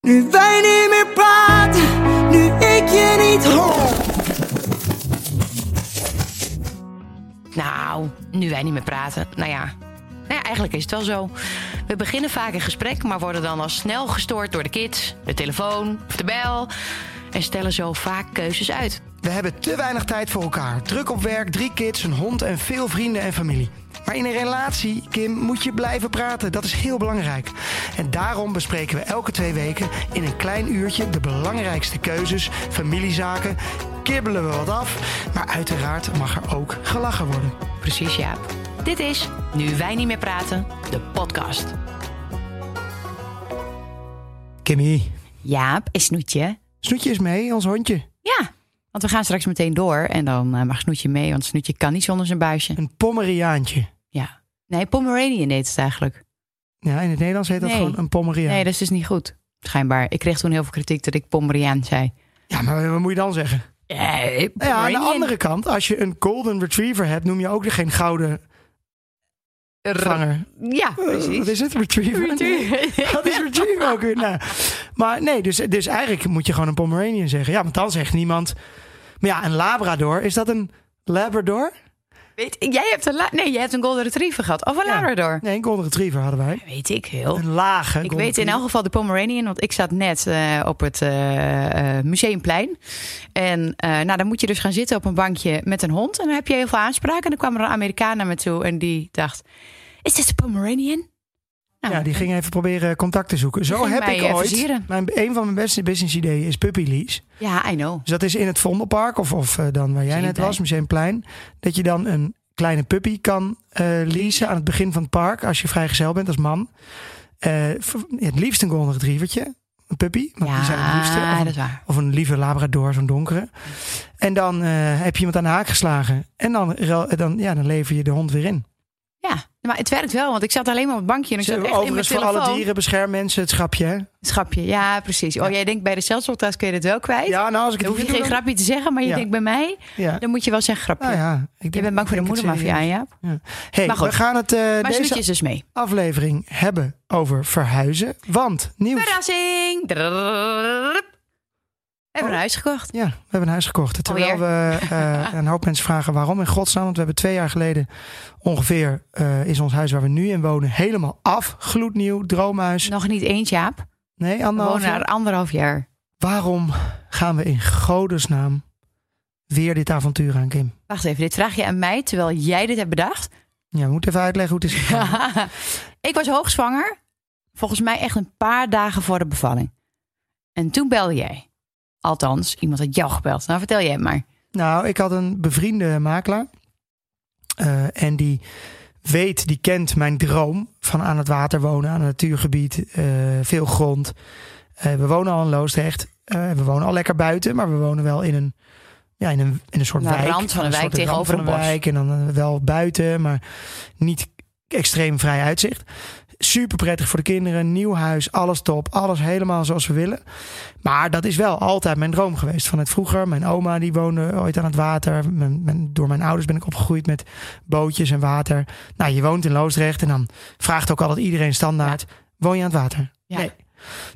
Nu wij niet meer praten, nu ik je niet hoor. Nou, nu wij niet meer praten. Nou ja. Nou ja, eigenlijk is het wel zo. We beginnen vaak een gesprek, maar worden dan al snel gestoord door de kids, de telefoon of de bel. En stellen zo vaak keuzes uit. We hebben te weinig tijd voor elkaar. Druk op werk, drie kids, een hond en veel vrienden en familie. Maar in een relatie, Kim, moet je blijven praten. Dat is heel belangrijk. En daarom bespreken we elke twee weken in een klein uurtje de belangrijkste keuzes, familiezaken. Kibbelen we wat af, maar uiteraard mag er ook gelachen worden. Precies, Jaap. Dit is Nu wij niet meer praten, de podcast. Kimmy, Jaap en Snoetje. Snoetje is mee, ons hondje. Ja, want we gaan straks meteen door en dan eh, mag Snoetje mee, want Snoetje kan niet zonder zijn buisje. Een Pommeriaantje. Ja. Nee, Pomeranian heet het eigenlijk. Ja, in het Nederlands heet dat Nee. gewoon een Pommeraan. Nee, dat is dus niet goed. Schijnbaar. Ik kreeg toen heel veel kritiek dat ik Pomeriaan zei. Ja, maar wat moet je dan zeggen? Ja, Nou Ja, aan de andere kant, als je een golden retriever hebt, noem je ook geen gouden vanger. Ja, Eh, Wat precies. is het? Retriever? Dat is retriever ook weer. Nou, maar nee, dus, dus eigenlijk moet je gewoon een Pomeranian zeggen. Ja, want dan zegt niemand... Maar ja, een Labrador, is dat een Labrador? Weet ik, jij hebt een la- nee, jij hebt een golden retriever gehad. Of een Ja. labrador. Nee, een golden retriever hadden wij. Weet ik heel. Een lage Ik golden weet in elk geval de Pomeranian, want ik zat net eh, op het eh, eh, museumplein. En eh, nou, dan moet je dus gaan zitten op een bankje met een hond. En dan heb je heel veel aanspraken. En dan kwam er een Amerikaan naar me toe en die dacht: Is dit een Pomeranian? Nou, Ja, die ging even proberen contact te zoeken. Zo ging heb mij, ik eh, ooit... versieren. Mijn, een van mijn beste business ideeën is Puppy Lease. Ja, I know. Dus dat is in het Vondelpark, of, of eh, dan waar jij net Museumplein. was, Museumplein. Dat je dan een kleine puppy kan eh, leasen aan het begin van het park. Als je vrijgezel bent als man. Eh, v- het liefst een golden retrievertje. Een puppy, want die zijn het liefste. Ja, Of dat een, is waar. of een lieve labrador, zo'n donkere. En dan eh, heb je iemand aan de haak geslagen. En dan, rel- eh, dan, ja, dan lever je de hond weer in. Ja, maar het werkt wel, want ik zat alleen maar op het bankje en ik zat echt in mijn Overigens voor telefoon. alle dieren bescherm mensen het schapje. hè? Schapje, ja, precies. Oh, jij denkt bij de zelfsortas kun je dit wel kwijt. Ja, nou als ik Dan het hoef je niet geen doe, dan- grapje te zeggen, maar je Ja. denkt bij mij, Ja. dan moet je wel zeggen grapje. Nou ja, ik Je denk- bent bang voor de ik denk het moedermafia, serieus. ja. Hey, Maar goed. we gaan het eh, Maar deze Snoetje is dus mee. aflevering hebben over verhuizen. Want nieuws. Verrassing! We hebben een huis gekocht. Ja, we hebben een huis gekocht. Terwijl Alweer. we eh, een hoop mensen vragen waarom in godsnaam. Want we hebben twee jaar geleden ongeveer eh, is ons huis waar we nu in wonen helemaal af. Gloednieuw, droomhuis. Nog niet eens, Jaap. Nee, We anderhalf wonen jaar. er anderhalf jaar. Waarom gaan we in godesnaam weer dit avontuur aan, Kim? Wacht even, dit vraag je aan mij terwijl jij dit hebt bedacht. Ja, we moeten even uitleggen hoe het is gegaan. ik was hoogzwanger. Volgens mij echt een paar dagen voor de bevalling. En toen belde jij. Althans, iemand had jou gebeld. Nou, vertel jij het maar. Nou, ik had een bevriende makelaar. Eh, en die weet, die kent mijn droom van aan het water wonen, aan een natuurgebied, eh, veel grond. Eh, we wonen al in Loosdrecht. Eh, we wonen al lekker buiten, maar we wonen wel in een, ja, in een, in een soort Aan de wijk. rand van een wijk soort tegenover rand van een bos. wijk. En dan eh, wel buiten, maar niet extreem vrij uitzicht. Super prettig voor de kinderen. Nieuw huis, alles top. Alles helemaal zoals we willen. Maar dat is wel altijd mijn droom geweest. Vanuit vroeger, mijn oma die woonde ooit aan het water. Mijn, mijn- door mijn ouders ben ik opgegroeid met bootjes en water. Nou, je woont in Loosdrecht en dan vraagt ook altijd iedereen standaard... woon je aan het water? Ja. Nee.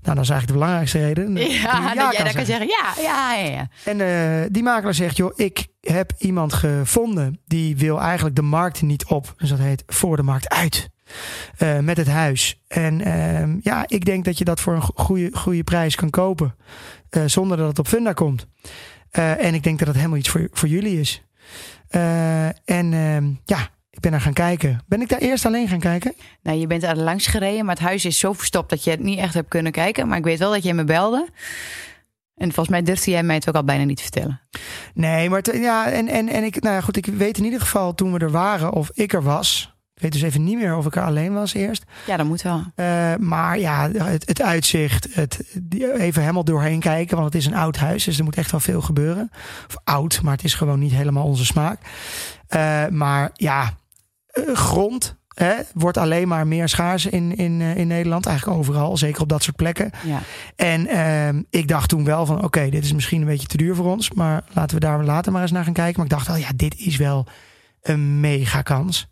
Nou, dat is eigenlijk de belangrijkste Ja, reden. die je dat jij dat kan zeggen. Ja, ja, ja. ja. en eh, die makelaar zegt, joh, ik heb iemand gevonden die wil eigenlijk de markt niet op. Dus dat heet voor de markt uit. eh, met het huis. En ehm, ja, ik denk dat je dat voor een go- goede, goede prijs kan kopen. eh, zonder dat het op funda komt. Eh, en ik denk dat dat helemaal iets voor, voor jullie is. Eh, en ehm, ja, ik ben daar gaan kijken. Ben ik daar eerst alleen gaan kijken? Nou, je bent er langs gereden, maar het huis is zo verstopt dat je het niet echt hebt kunnen kijken. Maar ik weet wel dat jij me belde. En volgens mij durfde jij mij het ook al bijna niet vertellen. Nee, maar het- ja, en, en, en ik, nou ja, goed, ik weet in ieder geval toen we er waren of ik er was. Ik weet dus even niet meer of ik er alleen was eerst. Ja, dat moet wel. Eh, maar ja, het, het uitzicht, het, die- even helemaal doorheen kijken, want het is een oud huis, dus er moet echt wel veel gebeuren. Of oud, maar het is gewoon niet helemaal onze smaak. Eh, maar ja, eh, grond hè, wordt alleen maar meer schaars in, in, eh, in Nederland, eigenlijk overal, zeker op dat soort plekken. Ja. En ehm, ik dacht toen wel van, oké, dit is misschien een beetje te duur voor ons, maar laten we daar later maar eens naar gaan kijken. Maar ik dacht wel, ja, dit is wel een mega kans.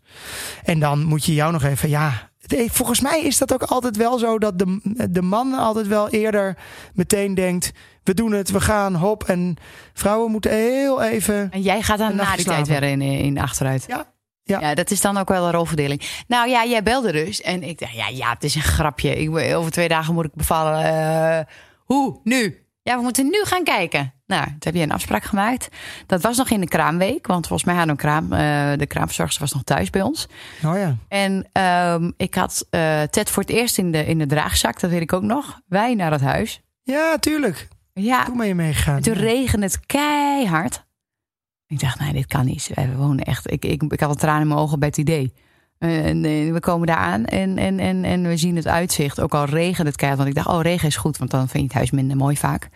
En dan moet je jou nog even, ja, de- volgens mij is dat ook altijd wel zo dat de, de man altijd wel eerder meteen denkt: we doen het, we gaan, hop. En vrouwen moeten heel even. En jij gaat dan Een na nachtje die tijd weer in, slapen. eh, in de achteruit. Ja, Ja. ja. dat is dan ook wel een rolverdeling. Nou ja, jij belde dus. En ik dacht, ja, ja het is een grapje. Ik, ben- over twee dagen moet ik bevallen. Eh, hoe? Nu? Ja, we moeten nu gaan kijken. Nou, toen heb je een afspraak gemaakt. Dat was nog in de kraamweek. Want volgens mij hadden we een kraam. eh, de kraamverzorgster was nog thuis bij ons. Oh ja. En ehm, ik had eh, Ted voor het eerst in de, in de draagzak. Dat weet ik ook nog. Wij naar het huis. Ja, tuurlijk. Ja, Toen ben je meegegaan. en toen regende het keihard. Ik dacht, nee, dit kan niet. We wonen echt. Ik, ik, ik had een traan in mijn ogen bij het idee. En, eh, we komen daar aan en, en, en, en we zien het uitzicht. Ook al regent het keihard. Want ik dacht, oh, regen is goed. Want dan vind je het huis minder mooi vaak.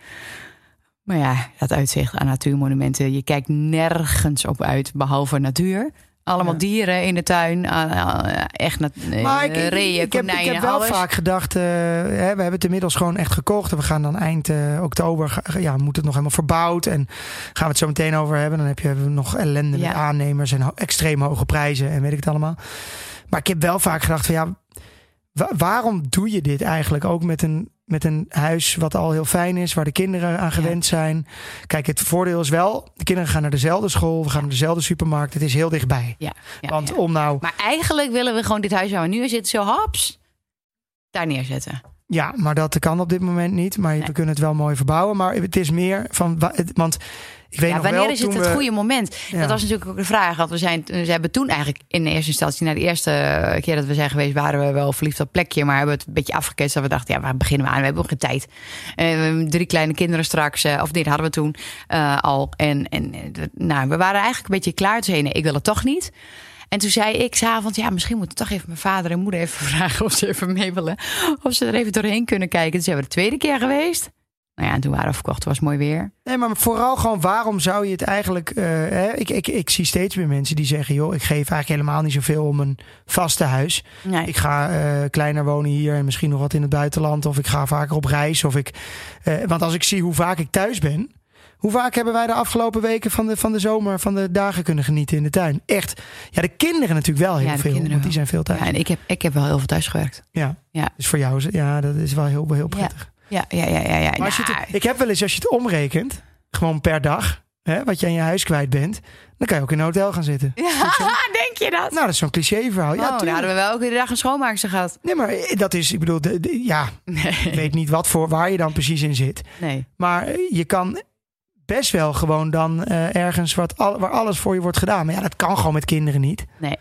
Maar ja, dat uitzicht aan natuurmonumenten. Je kijkt nergens op uit, behalve natuur. Allemaal Ja. dieren in de tuin. aan- aan- Echt nat- Maar eh, ik, ik- reeën, ik heb, ik konijnen, heb wel alles. vaak gedacht, eh, hè, we hebben het inmiddels gewoon echt gekocht. En we gaan dan eind eh, oktober, ga- ja, moet het nog helemaal verbouwd. En gaan we het zo meteen over hebben. Dan heb je nog ellende Ja. met aannemers en ho- extreem hoge prijzen en weet ik het allemaal. Maar ik heb wel vaak gedacht van ja, wa- waarom doe je dit eigenlijk? Ook met een, met een huis wat al heel fijn is, waar de kinderen aan gewend zijn. Kijk, het voordeel is wel, de kinderen gaan naar dezelfde school. We gaan naar dezelfde supermarkt. Het is heel dichtbij. Ja, ja, Want ja. om nou... Maar eigenlijk willen we gewoon dit huis waar we nu in zitten, zo haps, daar neerzetten. Ja, maar dat kan op dit moment niet. Maar Nee. we kunnen het wel mooi verbouwen. Maar het is meer van. wa- het- Want ik weet Ja, nog wanneer wel, is het toen het we- goede moment? Ja. Dat was natuurlijk ook de vraag. Want we, zijn, we hebben toen eigenlijk in de eerste instantie, na de eerste eh, keer dat we zijn geweest, waren we wel verliefd op het plekje. Maar hebben het een beetje afgeketst. Dat we dachten, ja, waar beginnen we aan? We hebben ook geen tijd. Eh, drie kleine kinderen straks. eh, of dit hadden we toen eh, al. En, en eh, dat- nou, we waren eigenlijk een beetje klaar. Toen zei je, nee, ik wil het toch niet. En toen zei ik s'avonds, ja, misschien moet ik toch even mijn vader en moeder even vragen of ze even mee willen. Of ze er even doorheen kunnen kijken. Dus zijn we de tweede keer geweest. Nou ja, en toen waren we verkocht. Het was mooi weer. Nee, maar vooral gewoon waarom zou je het eigenlijk. eh, hè, ik, ik, ik zie steeds meer mensen die zeggen: joh, ik geef eigenlijk helemaal niet zoveel om een vaste huis. Nee. Ik ga eh, kleiner wonen hier en misschien nog wat in het buitenland. Of ik ga vaker op reis. Of ik, eh, want als ik zie hoe vaak ik thuis ben. Hoe vaak hebben wij de afgelopen weken van de, van de zomer, van de dagen kunnen genieten in de tuin? Echt. Ja, de kinderen natuurlijk wel heel Ja, de veel. kinderen Want die wel. zijn veel thuis. Ja, en ik heb, ik heb wel heel veel thuis gewerkt. Ja. Ja. Dus voor jou is het- ja, dat is wel heel, heel prettig. Ja, ja, ja, ja. ja. Maar als je het- Nou, ik heb wel eens, als je het omrekent, gewoon per dag, hè, wat je aan je huis kwijt bent, dan kan je ook in een hotel gaan zitten. ja, denk je dat? Nou, dat is zo'n clichéverhaal. oh, Ja, daar tuurlijk. hadden we wel ook iedere dag een schoonmaakster gehad. Nee, maar eh, dat is, ik bedoel, de- de- ja, ik Nee. weet niet wat voor, waar je dan precies in zit. nee. Maar eh, je kan best wel gewoon dan eh, ergens wat, al- waar alles voor je wordt gedaan. Maar ja, dat kan gewoon met kinderen niet. Nee.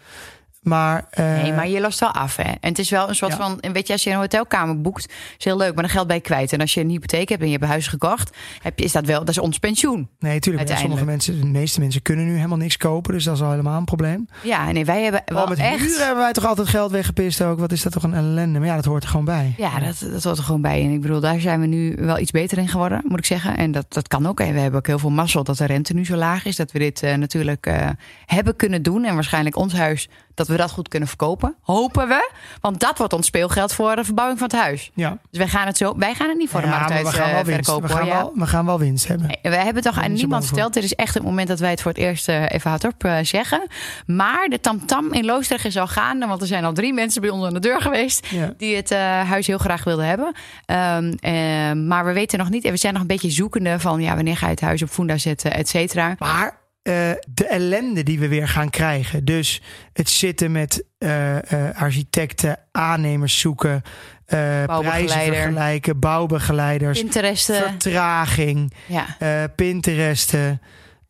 Maar, eh, Nee, maar je lost wel af, hè? En het is wel een soort Ja. van... en Weet je, als je een hotelkamer boekt, is heel leuk, maar dan geld bij je kwijt. En als je een hypotheek hebt en je hebt een huis gekocht, heb je, is dat wel... Dat is ons pensioen. nee, tuurlijk. want Sommige mensen, de meeste mensen kunnen nu helemaal niks kopen. Dus dat is al helemaal een probleem. Ja, nee, wij hebben Al wel Oh, met echt... huren hebben wij toch altijd geld weggepist ook. Wat is dat toch een ellende. Maar ja, dat hoort er gewoon bij. Ja, dat, dat hoort er gewoon bij. En ik bedoel, daar zijn we nu wel iets beter in geworden, moet ik zeggen. En dat, dat kan ook. En we hebben ook heel veel mazzel dat de rente nu zo laag is. Dat we dit eh, natuurlijk eh, hebben kunnen doen. En waarschijnlijk ons huis, dat we dat goed kunnen verkopen. Hopen we. Want dat wordt ons speelgeld voor de verbouwing van het huis. Ja. Dus wij gaan het, zo, wij gaan het niet voor de Ja, markt maar uit we gaan eh, wel winst. verkopen. We gaan, hoor, ja. wel, we gaan wel winst hebben. Nee, We hebben toch Daar aan ben ik zo niemand bang voor. verteld. Dit is echt het moment dat wij het voor het eerst eh, even hardop eh, zeggen. Maar de tamtam in Loosdrecht is al gaande. Want er zijn al drie mensen bij ons aan de deur geweest. Ja. Die het eh, huis heel graag wilden hebben. Ehm, ehm, maar we weten nog niet. En we zijn nog een beetje zoekende van ja, wanneer ga je het huis op Funda zetten, et cetera. Maar eh, de ellende die we weer gaan krijgen. Dus het zitten met eh, eh, architecten, aannemers zoeken. eh prijzen Bouwbegeleider. vergelijken, bouwbegeleiders. Interesten, Vertraging, ja, eh Pinteresten.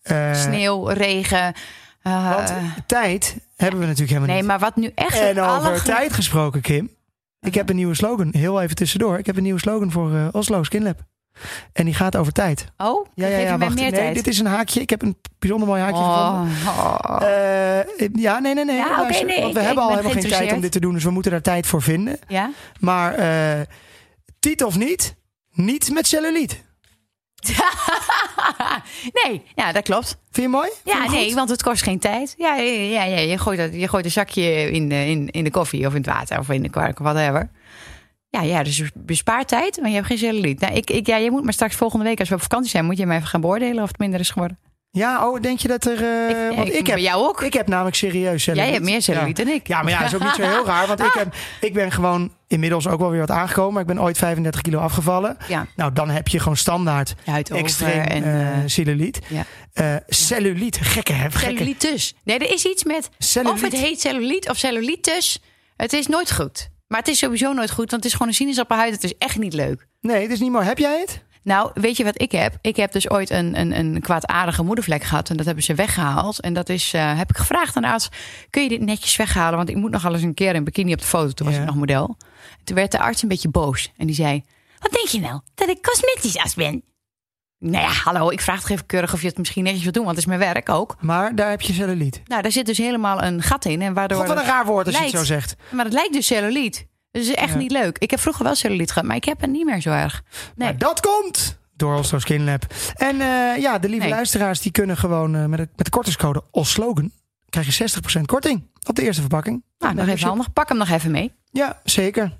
eh, sneeuw, regen. eh, Want tijd hebben we natuurlijk helemaal nee, niet. maar wat nu echt het En over allergrootste- tijd gesproken, Kim. Ik heb een nieuwe slogan. Heel even tussendoor. Ik heb een nieuwe slogan voor eh, Oslo Skinlab. En die gaat over tijd. Oh, Ja, ja, geef ja. je mij Wacht. meer Nee, tijd. dit is een haakje. Ik heb een bijzonder mooi haakje gevonden. oh, oh. Eh, ja, nee, nee, nee. Ja, oké, luister, nee, ik- want we ik hebben ben al helemaal geen tijd om geïnteresseerd. dit te doen. Dus we moeten daar tijd voor vinden. ja? Maar eh tiet of niet, niet met celluliet. nee, ja, dat klopt. Vind je mooi? Vind je Ja, hem goed? nee, want het kost geen tijd. Ja, ja, ja, ja, je, gooit dat, je gooit een zakje in de, in, in de koffie of in het water of in de kwark of whatever. Ja, ja, dus je bespaart tijd, maar je hebt geen celluliet. Nou, ik, ik, ja, je moet maar straks volgende week, als we op vakantie zijn, moet je mij even gaan beoordelen of het minder is geworden. Ja, oh, denk je dat er... eh, Ja, want ik- ik, heb, bij jou ook. ik heb namelijk serieus cellulite. Jij hebt meer cellulite Ja. dan ik. Ja, maar ja, dat is ook niet zo heel raar. Want Nou. ik, heb, ik ben gewoon inmiddels ook wel weer wat aangekomen. Maar ik ben ooit 35 kilo afgevallen. Ja, Nou, dan heb je gewoon standaard je huid over extreem en... eh, eh, cellulite. ja. Eh, cellulite, gekke hè? Gekke. Cellulitis. Nee, er is iets met. Of Cellulite. het heet celluliet of cellulitis. Het is nooit goed. Maar het is sowieso nooit goed, want het is gewoon een sinaasappelhuid. Het is echt niet leuk. Nee, het is niet mooi. Heb jij het? Nou, weet je wat ik heb? Ik heb dus ooit een, een, een kwaadaardige moedervlek gehad. En dat hebben ze weggehaald. En dat is, eh, heb ik gevraagd aan de arts. Kun je dit netjes weghalen? Want ik moet nog alles een keer in bikini op de foto. Toen was Ja. ik nog model. Toen werd de arts een beetje boos. En die zei, wat denk je nou? Dat ik cosmetisch as ben? Nou ja, hallo, ik vraag toch even keurig of je het misschien netjes wilt doen. Want het is mijn werk ook. Maar daar heb je cellulite. Nou, daar zit dus helemaal een gat in. En waardoor God, wat een raar woord als je lijkt. het zo zegt. Maar het lijkt dus celluliet. Dus het is echt Ja. niet leuk. Ik heb vroeger wel celluliet gehad, maar ik heb het niet meer zo erg. Nou, Nee. Maar dat komt door Oslo Skin Lab. En eh, ja, de lieve Nee. luisteraars die kunnen gewoon eh, met, de, met de kortingscode Oslogan... krijg je 60% korting op de eerste verpakking. Nou, nog even handig. Pak hem nog even mee. Ja, zeker.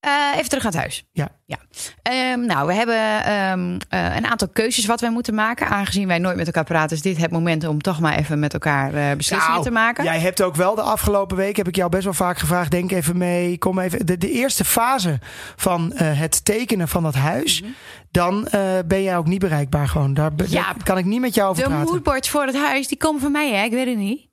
Eh, even terug naar het huis. Ja. ja. Ehm, nou, we hebben ehm, eh, een aantal keuzes wat wij moeten maken. Aangezien wij nooit met elkaar praten, is dit het moment om toch maar even met elkaar eh, beslissingen Nou, te maken. Jij hebt ook wel de afgelopen week, heb ik jou best wel vaak gevraagd, denk even mee, kom even. De, de eerste fase van eh, het tekenen van dat huis, Mhm. dan eh, ben jij ook niet bereikbaar gewoon. Daar, be- Ja. daar kan ik niet met jou over De praten. moodboards voor het huis, die komen van mij, hè? Ik weet het niet.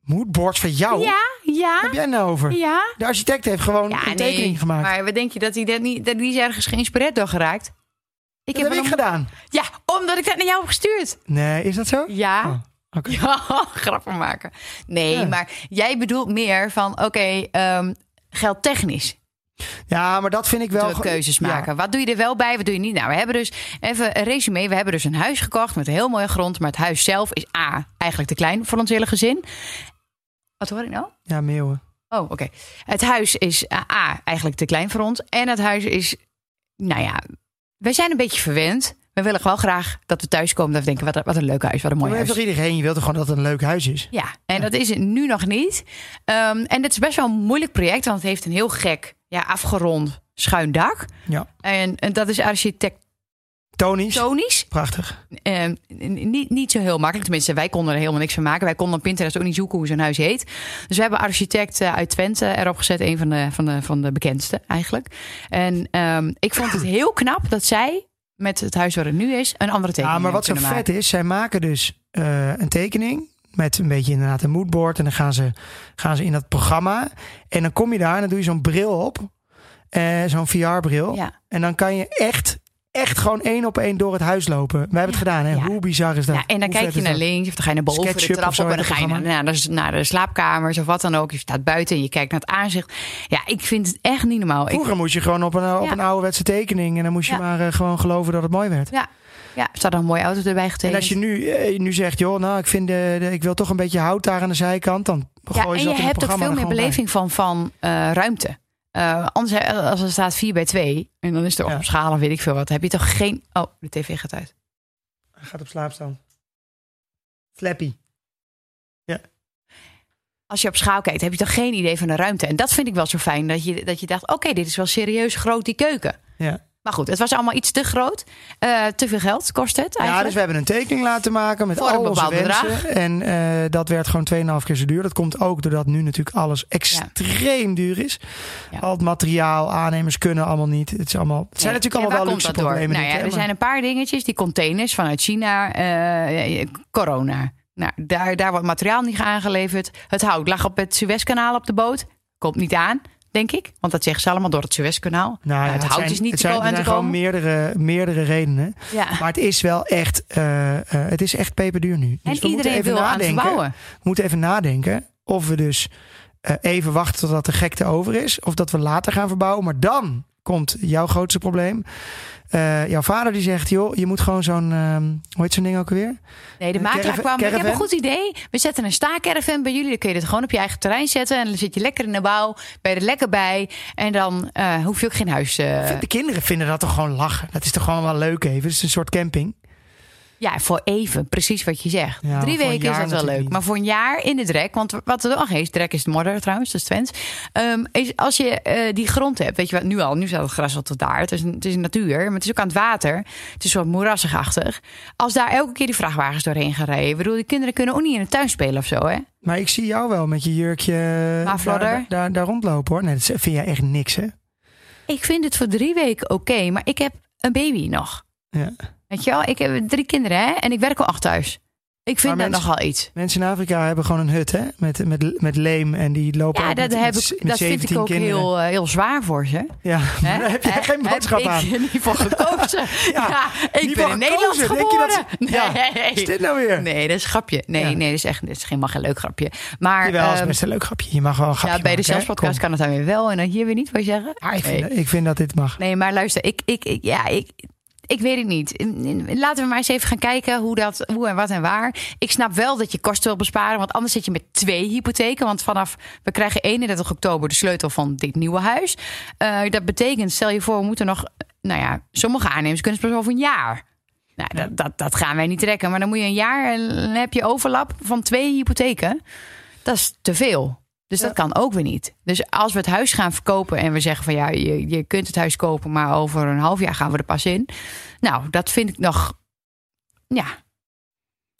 Moodboard van jou? Ja, ja, Oh. Heb jij nou over? ja. De architect heeft gewoon Ja, een tekening nee. gemaakt. Maar wat denk je, dat die, dat niet, dat die is ergens geïnspireerd door geraakt? Ik dat heb wel ik een- gedaan. Ja, omdat ik dat naar jou heb gestuurd. Nee, is dat zo? Ja. Oh, oké. Ja, grappen maken. Nee, Ja. maar jij bedoelt meer van, oké, ehm, geldtechnisch. Ja, maar dat vind ik wel... Zullen we ge- keuzes Ja. maken. Wat doe je er wel bij, wat doe je niet? Nou, we hebben dus even een resume. We hebben dus een huis gekocht met heel mooie grond. Maar het huis zelf is A, eigenlijk te klein voor ons hele gezin. Wat hoor ik nou? Ja, meeuwen. Oh, oké. Het huis is eh, A, eigenlijk te klein voor ons. En het huis is, nou ja, wij zijn een beetje verwend. We willen gewoon graag dat we thuiskomen. Dat we denken, wat een, wat een leuk huis, wat een mooi Maar heeft huis. toch iedereen, je wilt toch gewoon dat het een leuk huis is? Ja, en dat is het nu nog niet. Ehm, en het is best wel een moeilijk project, want het heeft een heel gek, ja, afgerond schuin dak. Ja. En, en dat is architectonisch Tony's? Prachtig. ehm, n- niet, niet zo heel makkelijk. Tenminste, wij konden er helemaal niks van maken. Wij konden op Pinterest ook niet zoeken hoe zo'n huis heet. Dus we hebben architect eh, uit Twente erop gezet. Een van de, van de, van de bekendste eigenlijk. En ehm, ik vond het heel knap dat zij met het huis waar het nu is een andere tekening Ja, maar wat zo hebben vet kunnen maken. is, zij maken dus eh, een tekening met een beetje inderdaad een moodboard. En dan gaan ze, gaan ze in dat programma. En dan kom je daar en dan doe je zo'n bril op. eh, zo'n VR-bril. Ja. En dan kan je echt, echt gewoon één op één door het huis lopen. Wij hebben het gedaan, hè? Ja. Hoe bizar is dat? Ja, en dan Hoe kijk vet je is naar dat? links, of dan ga je naar boven SketchUp de of trap zo op... en dan heet ga je het naar, naar, de, naar de slaapkamers of wat dan ook. Je staat buiten en je kijkt naar het aanzicht. Ja, ik vind het echt niet normaal. Ik, Vroeger moest je gewoon op een, op Ja. een ouderwetse tekening. En dan moest je Ja. maar eh, gewoon geloven dat het mooi werd. ja, ja, er staat nog een mooie auto erbij En getekend. als je nu, eh, nu zegt, joh, nou, ik, vind de, de- ik wil toch een beetje hout daar aan de zijkant. Dan gooi ja, ze en dat je in het hebt ook programma veel er meer gewoon bij. beleving van, van eh, ruimte. Eh, anders, eh, als er staat 4 bij 2 en dan is er Ja. op schaal of weet ik veel wat, heb je toch geen... Oh, de tv gaat uit. Hij gaat op slaap staan. Flappy. Als je op schaal kijkt, heb je toch geen idee van de ruimte. En dat vind ik wel zo fijn, dat je, dat je dacht... oké, dit is wel serieus groot, die keuken. Ja. Maar goed, het was allemaal iets te groot. Eh, te veel geld kost het ja, eigenlijk. dus we hebben een tekening laten maken met Voor een al onze bepaald wensen. En eh, dat werd gewoon 2,5 keer zo duur. Dat komt ook doordat nu natuurlijk alles extreem duur is. Ja. Al het materiaal, aannemers kunnen allemaal niet. Het, is allemaal, het zijn Nee. natuurlijk allemaal En wel waar luxe komt dat door? problemen. Nou ja, denk ik, er hè, zijn een paar dingetjes. Die containers vanuit China, eh, eh, corona. Nou, daar, daar wordt materiaal niet aangeleverd. Het hout lag op het Suezkanaal op de boot. Komt niet aan, denk ik. Want dat zeggen ze allemaal door het Suezkanaal. maar- Nou ja, het hout zijn- is niet het te zijn, ko- aan er te zijn gewoon komen. meerdere, meerdere redenen. Ja. Maar het is wel echt, eh, eh, het is echt peperduur nu. Dus we En moeten iedereen even wil aan het nadenken. bouwen. We moeten even nadenken of we dus eh, even wachten totdat de gekte over is. Of dat we later gaan verbouwen. Maar dan komt jouw grootste probleem. Eh, jouw vader die zegt, joh, je moet gewoon zo'n, ehm hoe heet zo'n ding ook weer? Nee, de Een makelaar Eh, caravan- kwam. Ik heb caravan? een goed idee. We zetten een staakerven bij jullie. Dan kun je dit gewoon op je eigen terrein zetten. En dan zit je lekker in de bouw. Ben je er lekker bij. En dan eh, hoef je ook geen huis... eh, De kinderen vinden dat toch gewoon lachen. Dat is toch gewoon wel leuk even. Het is een soort camping. Ja, voor even, precies wat je zegt. Ja, maar Drie voor een weken is dat jaar wel natuurlijk leuk. niet. Maar voor een jaar in de drek, want wat er nog is, drek is de modder trouwens, dat is Twents. Ehm, is als je eh, die grond hebt, weet je wat, nu al, nu staat het gras al tot daar. Het is, een- het is een natuur, maar het is ook aan het water. Het is wat moerassigachtig. Als daar elke keer die vrachtwagens doorheen gaan rijden, ik bedoel, die kinderen kunnen ook niet in de tuin spelen of zo, hè? Maar ik zie jou wel met je jurkje eh, daar, Flodder? daar, daar, daar rondlopen hoor. Nee, dat vind jij echt niks hè? Ik vind het voor drie weken oké, maar ik heb een baby nog. Ja. Weet je wel, ik heb drie kinderen, hè? En ik werk al acht thuis. Ik vind Maar dat mensen- nogal iets. Mensen in Afrika hebben gewoon een hut hè? Met, met, met leem en die lopen Ja, ook dat, met, heb met z- ik, met dat vind 17 ik ook kinderen. heel, eh, heel zwaar voor ze. Ja, maar Hè? daar heb jij Hè? geen boodschap aan. Heb ik er niet voor gekozen. ja, niet ik ben voor in Nederland gekozen. Denk je dat geboren. ze- Ja, nee. Is dit nou weer? nee, dat is een grapje. Nee, Ja. nee, dat is echt dat is geen, mag geen leuk grapje. Maar Jawel, dat is ehm, best een leuk grapje. Je mag wel een grapje ja, bij de maken, hè? zelfspodcast Kom. kan het dan weer wel en dan hier weer niet, wil je zeggen? Ah, ik, vind, nee. ik vind dat dit mag. nee, maar luister, ik, ik, ik, ja, ik, ik weet het niet. Laten we maar eens even gaan kijken hoe, dat, hoe en wat en waar. Ik snap wel dat je kosten wil besparen, want anders zit je met twee hypotheken. Want vanaf, we krijgen 31 oktober de sleutel van dit nieuwe huis. Eh, dat betekent, stel je voor, we moeten nog, nou ja, sommige aannemers kunnen pas over een jaar. Nou, dat, dat, dat gaan wij niet trekken. Maar dan moet je een jaar en dan heb je overlap van twee hypotheken. Dat is te veel. Dus dat kan ook weer niet. Dus als we het huis gaan verkopen en we zeggen van ja, je, je kunt het huis kopen, maar over een half jaar gaan we er pas in. Nou, dat vind ik nog. Ja,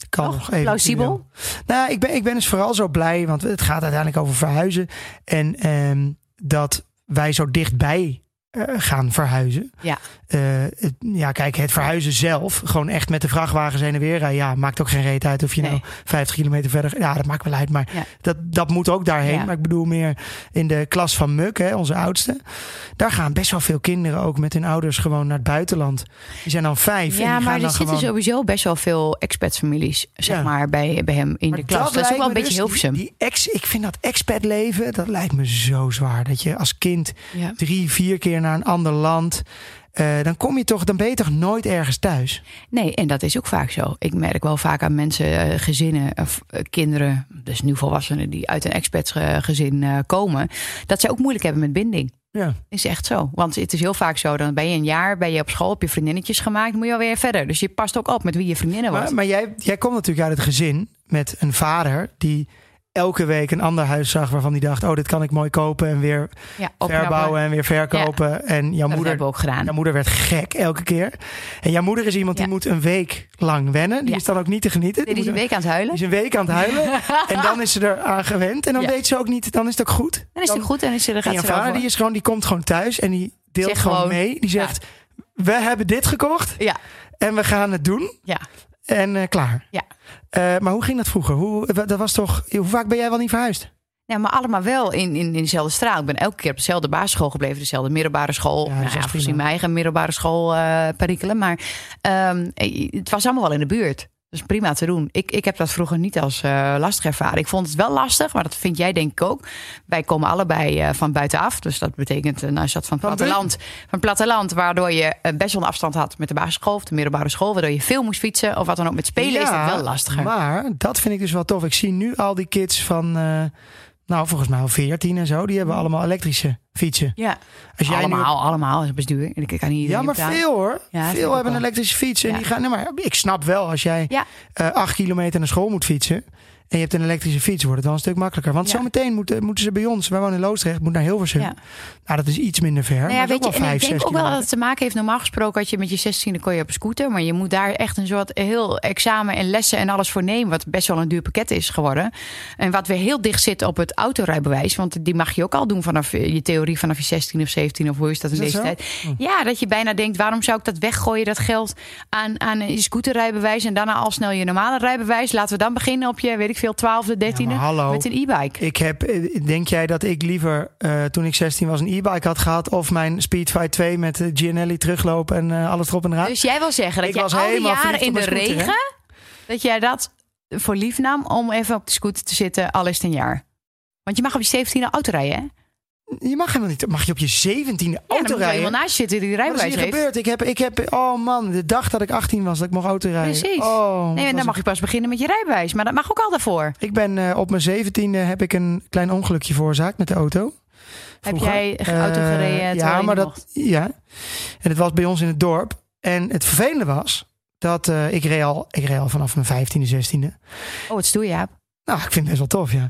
kan Toch? nog even. Plausibel? Nou, ik ben, ik ben dus vooral zo blij, want het gaat uiteindelijk over verhuizen. En ehm, dat wij zo dichtbij eh, gaan verhuizen. Ja. Eh, het- ja, kijk, het verhuizen zelf, gewoon echt met de vrachtwagens heen en weer rijden. Ja, maakt ook geen reet uit of je nou Nee. 50 kilometer verder. Ja, dat maakt wel uit, maar Ja. dat, dat moet ook daarheen. Ja. Maar ik bedoel meer in de klas van Muk, hè, onze oudste. Daar gaan best wel veel kinderen ook met hun ouders gewoon naar het buitenland. Die zijn dan vijf. en die ja gaan maar er dan zitten gewoon... sowieso best wel veel expatsfamilies, zeg Ja. maar, bij, bij hem in Maar de klas. Dat, is lijkt ook wel een me beetje dus- Hilversum. Die ex, ik vind dat expat-leven, dat lijkt me zo zwaar. Dat je als kind Ja. drie, vier keer naar een ander land. eh, dan kom je toch, dan ben je toch nooit ergens thuis. Nee, en dat is ook vaak zo. Ik merk wel vaak aan mensen, eh, gezinnen of eh, kinderen, dus nu volwassenen die uit een expatsgezin eh, komen, dat ze ook moeilijk hebben met binding. Ja. Is echt zo. Want het is heel vaak zo, dan ben je een jaar ben je op school, op je vriendinnetjes gemaakt, moet je alweer verder. Dus je past ook op met wie je vriendinnen wordt. Maar, maar jij, jij komt natuurlijk uit het gezin met een vader die elke week een ander huis zag waarvan hij dacht: oh, dit kan ik mooi kopen en weer ja, opknappen. verbouwen en weer verkopen. En jouw Dat moeder, hebben we ook gedaan. jouw moeder werd gek elke keer. En jouw moeder is iemand die Ja. moet een week lang wennen. Die Ja. is dan ook niet te genieten. Dit Die is een moet- week aan het huilen. Die is een week aan het huilen. en dan is ze er aan gewend. En dan Ja. weet ze ook niet, dan is het ook goed. Dan is het goed en is ze, dan En gaat jouw ze erover. vader die, is gewoon, die komt gewoon thuis en die deelt Zegt gewoon, gewoon, mee. Die zegt, we hebben dit gekocht Ja, en we gaan het doen. ja. En eh, klaar. Ja. Eh, maar hoe ging dat vroeger? Hoe, dat was toch, hoe vaak ben jij wel niet verhuisd? Ja, maar allemaal wel in, in, in dezelfde straat. Ik ben elke keer op dezelfde basisschool gebleven, dezelfde middelbare school. Ja, Ja, dat is nou, ja, echt voorzien prima. mijn eigen middelbare school eh perikelen. Maar ehm, eh, het was allemaal wel in de buurt. Dus prima te doen. Ik, ik heb dat vroeger niet als eh, lastig ervaren. Ik vond het wel lastig, maar dat vind jij denk ik ook. Wij komen allebei eh, van buitenaf. Dus dat betekent, eh, nou is dat van het Van buiten? platteland. Van het platteland, waardoor je eh, best wel een afstand had met de basisschool of de middelbare school. Waardoor je veel moest fietsen of wat dan ook. Met spelen is Ja, dat wel lastiger. Maar dat vind ik dus wel tof. Ik zie nu al die kids van, eh, nou volgens mij al 14 en zo. Die hebben allemaal elektrische fietsen. ja, Als jij nu op- allemaal, allemaal. Dat is best duur. En Ik kan niet Ja, iedereen maar betalen. veel hoor. Ja, vind ik veel ook hebben een wel. elektrische fiets. En Ja. die gaan, nee, maar ik snap wel, als jij Ja. eh, acht kilometer naar school moet fietsen. en je hebt een elektrische fiets, wordt het wel een stuk makkelijker. Want Ja. zometeen moeten, moeten ze bij ons, wij wonen in Loosdrecht, moet naar Hilversum. Ja. Nou, dat is iets minder ver. maar Nou ja, dat is weet je, ook wel en ik vijf, denk zes ook wel dat kilometer. het te maken heeft. Normaal gesproken had je met je 16e kon je op een scooter. Maar je moet daar echt een soort heel examen en lessen en alles voor nemen. Wat best wel een duur pakket is geworden. En wat weer heel dicht zit op het autorijbewijs. Want die mag je ook al doen vanaf eh, je theorie vanaf je 16 of 17. Of hoe is dat in Is dat deze zo? Oh. tijd? Ja, dat je bijna denkt, waarom zou ik dat weggooien, dat geld aan, aan je scooterrijbewijs. En daarna al snel je normale rijbewijs. Laten we dan beginnen op je, weet ik veel, 12e, 13e. Ja, maar hallo. Met een e-bike. Ik heb, eh, denk jij dat ik liever eh, toen ik 16 was een e-bike had gehad of mijn Speedfight 2 met eh, Gianelli teruglopen en eh, alles erop en eraan? Dus jij wil zeggen dat Ik jij was al die helemaal jaren verliefd in op de mijn scooter, hè? regen, dat jij dat voor lief nam om even op de scooter te zitten, al is het een jaar. Want je mag op je 17e auto rijden, hè? Je mag helemaal niet. Mag je op je 17e ja, dan auto moet je rijden? helemaal naast je zitten die Wat is rijbewijs hier heeft. gebeurd? Ik heb, ik heb, oh man, de dag dat ik 18 was, dat ik mocht autorijden. Precies. Oh, wat Nee, en was dan mag het- je pas beginnen met je rijbewijs. Maar dat mag ook al daarvoor. Ik ben eh, op mijn zeventiende heb ik een klein ongelukje veroorzaakt met de auto. Vroeger. Heb jij ge- auto Eh, gereden terwijl ja, je maar niet dat ja. En het was bij ons in het dorp. En het vervelende was Dat, eh, ik, reed al, ik reed al vanaf mijn 15e, 16e. Oh, wat stoer, Jaap. Nou, ik vind het best wel tof, ja.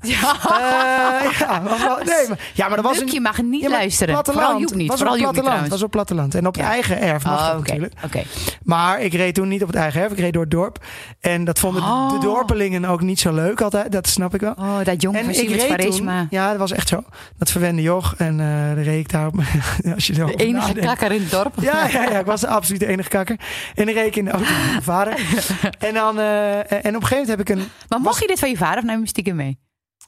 Eh, ja, was wel- nee, maar, ja, maar dat was een, Joepje mag niet ja, maar luisteren. Platteland. Vooral Joep niet. Was Vooral op Joep niet platteland. trouwens. Was op platteland. En op Ja. Oh, eigen erf mag dat oké. natuurlijk. oké. Maar ik reed toen niet op het eigen erf. Ik reed door het dorp. En dat vonden de- de, Oh. dorpelingen ook niet zo leuk altijd. Dat snap ik wel. Oh, dat jong En van ik Siewert reed Quaresma. toen, ja, dat was echt zo. Dat verwende joch en eh dan reed ik daar. op- Als je De enige kakker in het dorp. Ja, ja, ja, ik was absoluut de enige kakker. En dan reed ik in de auto van mijn vader. En, dan, eh, en op een gegeven moment heb ik een... Maar mocht je dit van je vader of neem je stiekem mee?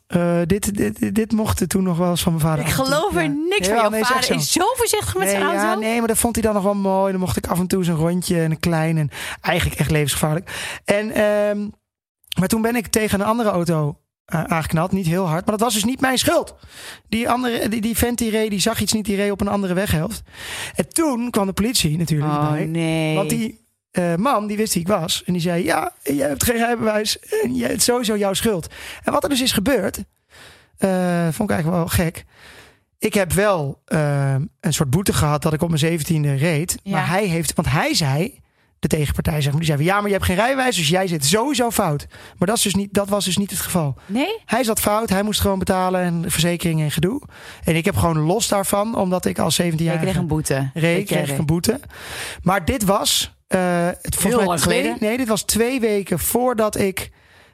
eh, dit, dit, dit mocht toen nog wel eens van mijn vader. Ik af en toe. geloof er Ja. niks Ja, van. Jouw nee, is echt vader zo. is zo voorzichtig met nee, zijn auto. Ja, nee, maar dat vond hij dan nog wel mooi. Dan mocht ik af en toe zo'n rondje en een klein. En eigenlijk echt levensgevaarlijk. En, ehm, maar toen ben ik tegen een andere auto eh, aangeknald. Niet heel hard. Maar dat was dus niet mijn schuld. Die, andere, die, die vent die reed, die zag iets niet. Die reed op een andere weghelft. En toen kwam de politie natuurlijk Oh bij. nee. Want die eh, man, die wist wie ik was. En die zei, ja, jij hebt geen rijbewijs. En jij, het is sowieso jouw schuld. En wat er dus is gebeurd, eh, vond ik eigenlijk wel gek. Ik heb wel eh, een soort boete gehad dat ik op mijn zeventiende reed. Ja. Maar hij heeft, want hij zei, de tegenpartij zeg maar, die zei, ja, maar je hebt geen rijbewijs, dus jij zit sowieso fout. Maar dat, is dus niet, dat was dus niet het geval. Nee? Hij zat fout, hij moest gewoon betalen en verzekering en gedoe. En ik heb gewoon los daarvan, omdat ik als 17 Jij jaar kreeg een boete. reed, Ik kreeg ik een boete. Maar dit was eh, het volgens Heel mij lang twee, geleden. Nee, dit was twee weken voordat ik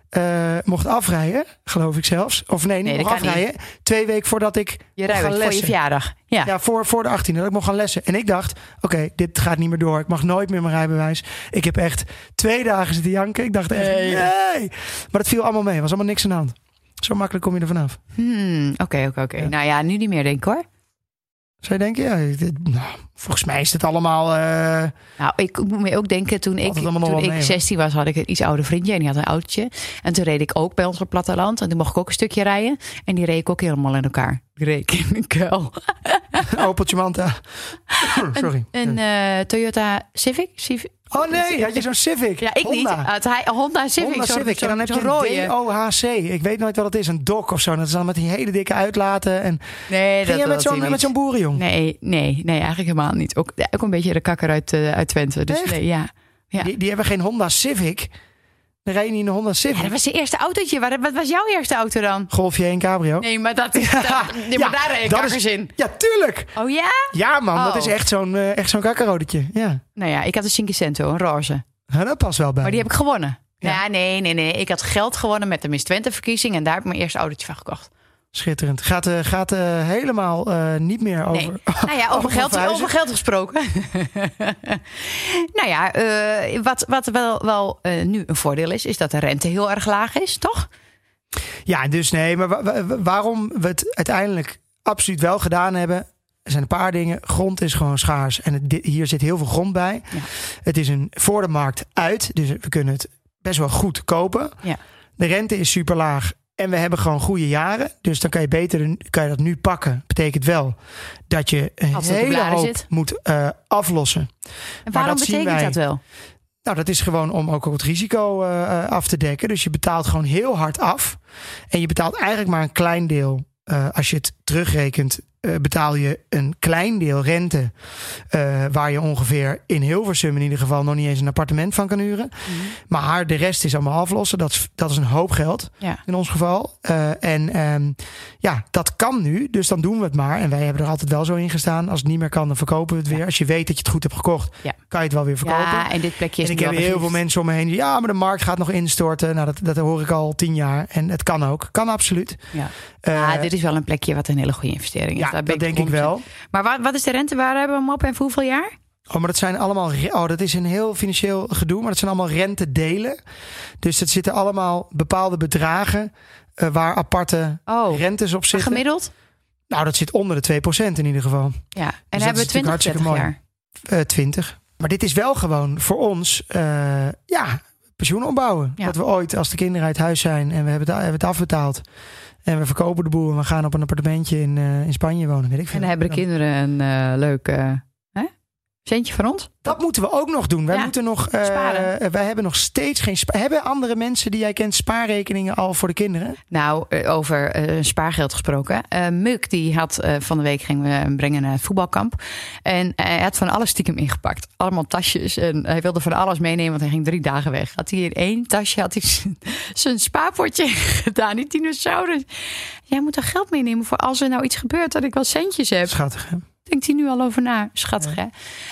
eh, mocht afrijden, geloof ik zelfs. Of nee, niet Nee, dat mocht kan afrijden. Twee weken voordat ik Je mocht rijbewijs gaan voor je lessen. verjaardag. Ja. ja, voor, voor de 18e, dat ik mocht gaan lessen. En ik dacht, oké, dit gaat niet meer door. Ik mag nooit meer mijn rijbewijs. Ik heb echt twee dagen zitten janken. Ik dacht echt, nee. Nee. Maar dat viel allemaal mee. Er was allemaal niks aan de hand. Zo makkelijk kom je er vanaf. Hmm, Oké, oké, oké. Ja. Nou ja, nu niet meer denk ik hoor. Zou je denken, ja, dit- nou, volgens mij is dit allemaal... eh, Nou, ik moet me ook denken, toen ik, Altijd allemaal nog toen wel ik mee, hoor. 16 was, had ik een iets ouder vriendje en die had een autootje. En toen reed ik ook bij ons op het platteland. En toen mocht ik ook een stukje rijden. En die reed ik ook helemaal in elkaar. Die reed ik in een kuil. Opeltje Manta. Sorry. Een eh, Toyota Civic? Civic? oh nee, had je zo'n Civic? Ja, ik niet. Honda. Ah, hij, Honda Civic. Honda zo'n- Civic. En dan heb zo'n je rode. een DOHC. Ik weet nooit wat het is. Een dok of zo. Dat is dan met die hele dikke uitlaten. En... Nee, Ging je dat met wil zo'n hij met niet. zo'n boerenjong? Nee, nee, nee, eigenlijk helemaal niet. Ook, ja, ook een beetje de kakker uit, eh, uit Twente. Dus Echt? nee, ja. Ja. Die, die hebben geen Honda Civic. Dan rij je niet in een Honda ja. Dat Civic. was zijn eerste autootje. Waar- Wat was jouw eerste auto dan? Golfje en cabrio. Nee, maar dat is. Dat, nee, maar daar eh, reed ik dat kakkers is- in. Ja, tuurlijk. Oh ja? Ja man, dat Oh. is echt zo'n eh, echt zo'n kakkerrodetje. Ja. Nou ja, ik had een Cinquecento, een roze. Ja, dat past wel bij. Maar die heb ik gewonnen. Ja. Ja, nee, nee, nee. Ik had geld gewonnen met de Miss Twente-verkiezing. En daar heb ik mijn eerste autootje van gekocht. Schitterend. Gaat, eh, gaat eh, helemaal eh, niet meer over... Nee. Nou ja, over, Over geld, verhuizen. over geld gesproken. nou ja, eh, wat, wat wel, wel eh, nu een voordeel is, is dat de rente heel erg laag is, toch? Ja, dus nee, maar wa- wa- waarom we het uiteindelijk absoluut wel gedaan hebben. Er zijn een paar dingen. Grond is gewoon schaars. En het, di- hier zit heel veel grond bij. Ja. Het is een voor de markt uit. Dus we kunnen het best wel goed kopen. Ja. De rente is super laag. En we hebben gewoon goede jaren. Dus dan kan je beter kan je dat nu pakken. Betekent wel dat je een Als het op de hele blaren hoop zit. moet eh, aflossen. En waarom dat zien betekent wij. dat wel? Nou, dat is gewoon om ook het risico eh, eh, af te dekken. Dus je betaalt gewoon heel hard af. En je betaalt eigenlijk maar een klein deel. eh, als je het terugrekent, eh, betaal je een klein deel rente. eh, waar je ongeveer in Hilversum in ieder geval nog niet eens een appartement van kan huren. Mhm. Maar de rest is allemaal aflossen. Dat is, dat is een hoop geld Ja. in ons geval. Eh, en ehm, ja, dat kan nu, dus dan doen we het maar. En wij hebben er altijd wel zo in gestaan. Als het niet meer kan, dan verkopen we het weer. Als je weet dat je het goed hebt gekocht, Ja. kan je het wel weer verkopen. ja, en dit plekje is En ik nu heb wel heel veel verhuurd. mensen om me heen die, ja, maar de markt gaat nog instorten. Nou, dat, dat hoor ik al tien jaar. En het kan ook. Kan absoluut. Ja. Eh, Ah, dit is wel een plekje wat een hele goede investering is. ja, Daar ben dat denk ik 100%. wel. Maar wat, wat is de rente? Waar hebben we hem op en voor hoeveel jaar? Oh, maar dat zijn allemaal. re- Oh, dat is een heel financieel gedoe. Maar dat zijn allemaal rentedelen. Dus het zitten allemaal bepaalde bedragen. eh, waar aparte Oh, rentes op zitten. gemiddeld? Nou, dat zit onder de 2% in ieder geval. Ja. En Dus dat hebben is we 20, natuurlijk 30 hartstikke jaar. Eh 20. Maar dit is wel gewoon voor ons. eh, ja, pensioen opbouwen. Ja. Dat we ooit, als de kinderen uit huis zijn en we hebben het, hebben het afbetaald. En we verkopen de boel en we gaan op een appartementje in, eh, in Spanje wonen. Weet ik veel. En dan hebben de Dan- kinderen een eh, leuk eh, hè? Centje van ons? Dat moeten we ook nog doen. Wij Ja, moeten nog. eh, sparen. wij hebben nog steeds geen. spa- hebben andere mensen die jij kent spaarrekeningen al voor de kinderen? Nou, eh, over eh, spaargeld gesproken. Eh Muk, die had eh, van de week gingen we hem brengen naar het voetbalkamp. En hij had van alles stiekem ingepakt. Allemaal tasjes. En hij wilde van alles meenemen, want hij ging drie dagen weg. Had hij in één tasje had hij zijn- zijn spaarpotje gedaan, die dinosaurus. Jij moet er geld meenemen voor als er nou iets gebeurt dat ik wel centjes heb. Schattig. hè? Denkt hij nu al over na? Schattig, hè?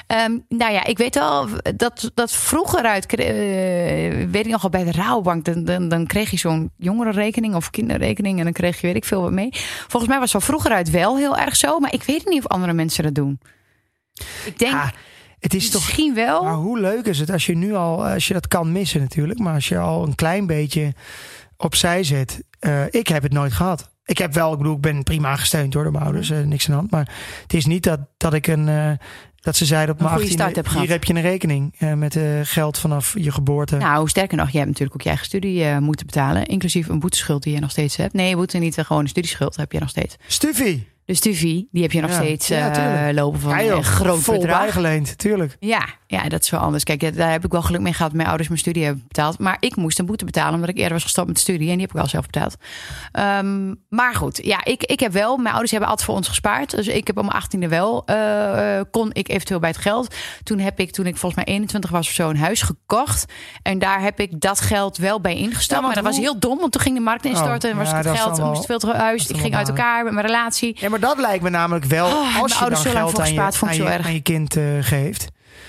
Ehm, nou ja, ik weet wel dat, dat vroeger uit... kre- eh, weet ik nog wel, bij de rouwbank... Dan, dan, dan kreeg je zo'n jongerenrekening of kinderrekening... en dan kreeg je weet ik veel wat mee. Volgens mij was dat vroeger uit wel heel erg zo... maar ik weet niet of andere mensen dat doen. Ik denk Ah, het is toch. Oh. misschien wel... Maar hoe leuk is het als je nu al. Als je dat kan missen natuurlijk. Maar als je al een klein beetje opzij zet. Eh, ik heb het nooit gehad. Ik heb wel. Ik bedoel, ik ben prima gesteund door de ouders. eh, niks aan de hand. Maar het is niet dat, dat ik een. eh, dat ze zeiden op Een mijn goede 18 start heb Hier gehad. heb je een rekening eh, met eh, geld vanaf je geboorte. Nou, sterker nog, jij hebt natuurlijk ook je eigen studie eh, moeten betalen. Inclusief een boeteschuld die je nog steeds hebt. Nee, boete niet, eh, gewoon een studieschuld heb je nog steeds. Stuffy. Dus studie, die heb je nog Ja. steeds Ja, eh, tuurlijk. lopen van Ja, een joh, groot vol bedrag. bijgeleend, tuurlijk. Ja, ja, dat is wel anders. Kijk, ja, daar heb ik wel geluk mee gehad. Mijn ouders mijn studie hebben betaald. Maar ik moest een boete betalen omdat ik eerder was gestopt met studie. En die heb ik wel zelf betaald. Ehm, maar goed, ja, ik, ik heb wel... Mijn ouders hebben altijd voor ons gespaard. Dus ik heb om mijn 18e wel... eh, eh, kon ik eventueel bij het geld. Toen heb ik, toen ik volgens mij 21 was of zo... een huis gekocht. En daar heb ik dat geld wel bij ingestapt. Ja, maar want dat was hoe- heel dom. Want toen ging de markt instorten. en Oh, was ja, het dat is geld. dan wel- moest veel terug huis. is Ik dan ging wel uit elkaar met mijn relatie. Ja, maar dat lijkt me namelijk wel. Oh, mijn als je dan ouders zo lang geld voor aan je, gespaard, vond aan, ik je, zo erg. aan je kind eh, geeft,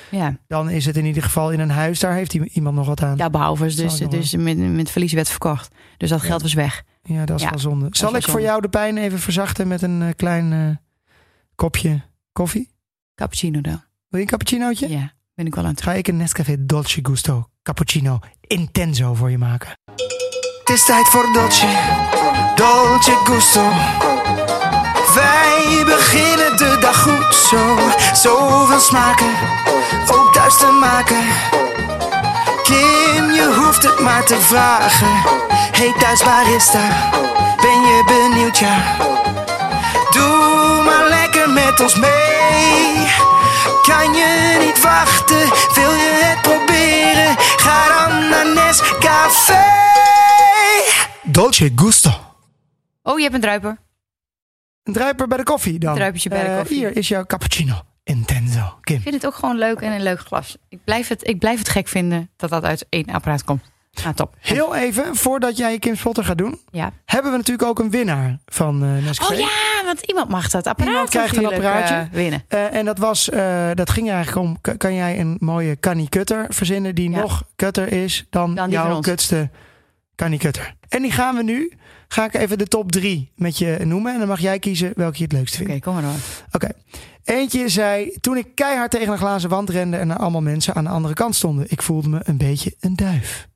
Ja, dan is het in ieder geval in een huis. Daar heeft i- iemand nog wat aan. Ja, daar behalve. is Dus, Zo, jongen. dus met, met verlies werd verkocht. Dus dat geld was weg. dat is Ja, wel zonde. is Zal wel ik voor zonde. jou de pijn even verzachten met een eh, klein eh, kopje koffie? Cappuccino dan. Wil je een cappuccinootje? Ja, ben ik wel aan het Ga ik een Nescafé Dolce Gusto cappuccino intenso voor je maken. Het is tijd voor Dolce, Dolce Gusto. Wij beginnen de dag goed zo. Zoveel smaken, ook thuis te maken. Kim, je hoeft het maar te vragen. Hey thuis barista, ben je benieuwd ja? Doe maar lekker met ons mee. Kan je niet wachten? Wil je het proberen? Ga dan naar Nescafé. Dolce Gusto. Oh, je hebt een druiper. Een druiper bij de koffie dan. Een druipertje bij de Eh, koffie. hier is jouw cappuccino intenso, Kim. Ik vind het ook gewoon leuk en een leuk glas. Ik blijf het, ik blijf het gek vinden dat dat uit één apparaat komt. Nou, top. Heel even, voordat jij je Kim Spotter gaat doen, Ja. hebben we natuurlijk ook een winnaar van eh Nescafé. Oh ja, want iemand mag dat apparaat Iemand krijgt een natuurlijk, apparaatje. eh, winnen. Eh, en dat was, eh, dat ging eigenlijk om, k- kan jij een mooie Canny Cutter verzinnen die Ja. nog kutter is dan, Dan die van jouw ons. kutste Canny Cutter. En die gaan we nu, ga ik even de top drie met je noemen en dan mag jij kiezen welke je het leukst Oké, vindt. kom maar door. Oké. Eentje zei, toen ik keihard tegen een glazen wand rende en er allemaal mensen aan de andere kant stonden, ik voelde me een beetje een duif.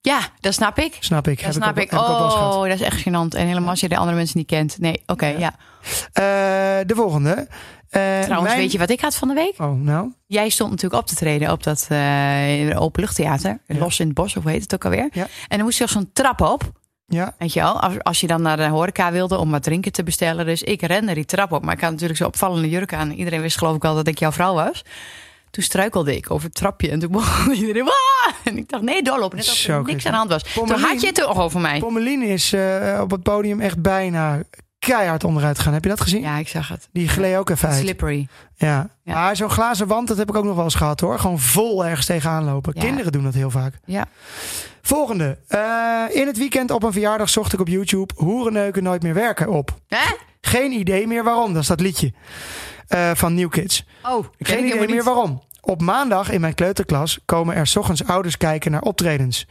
Ja, dat snap ik. Snap ik. Dat heb snap ik, ik. ook- heb ook wel eens gehad. oh, dat is echt gênant. En helemaal als je de andere mensen niet kent. Nee, oké, ja. Eh, de volgende. Eh, Trouwens, mijn- weet je wat ik had van de week? Oh, nou. Jij stond natuurlijk op te treden op dat eh openluchttheater. Ja. Los in het bos, of hoe heet het ook alweer? Ja. En dan moest je nog zo'n trap op. Ja. Weet je wel, als, als je dan naar de horeca wilde om wat drinken te bestellen. Dus ik rende die trap op. Maar ik had natuurlijk zo'n opvallende jurk aan. Iedereen wist geloof ik al dat ik jouw vrouw was. Toen struikelde ik over het trapje. En toen begon iedereen... "Wah!" En ik dacht, nee, dolop. Net alsof Zo er niks kut, aan de hand was. Toen Pommelien- had je het toch over mij. Pommelien is eh, op het podium echt bijna keihard onderuit gegaan. Heb je dat gezien? Ja, ik zag het. Die gleed ook even uit. Slippery. Ja. Ja. Maar zo'n glazen wand, dat heb ik ook nog wel eens gehad hoor. Gewoon vol ergens tegenaan lopen. Ja. Kinderen doen dat heel vaak. Ja. Volgende. Eh, in het weekend op een verjaardag zocht ik op YouTube hoerenneuken nooit meer werken op. Hè? Geen idee meer waarom. Dat is dat liedje eh, van New Kids. Oh, ik Geen idee meer waarom. Op maandag in mijn kleuterklas komen er 's ochtends ouders kijken naar optredens.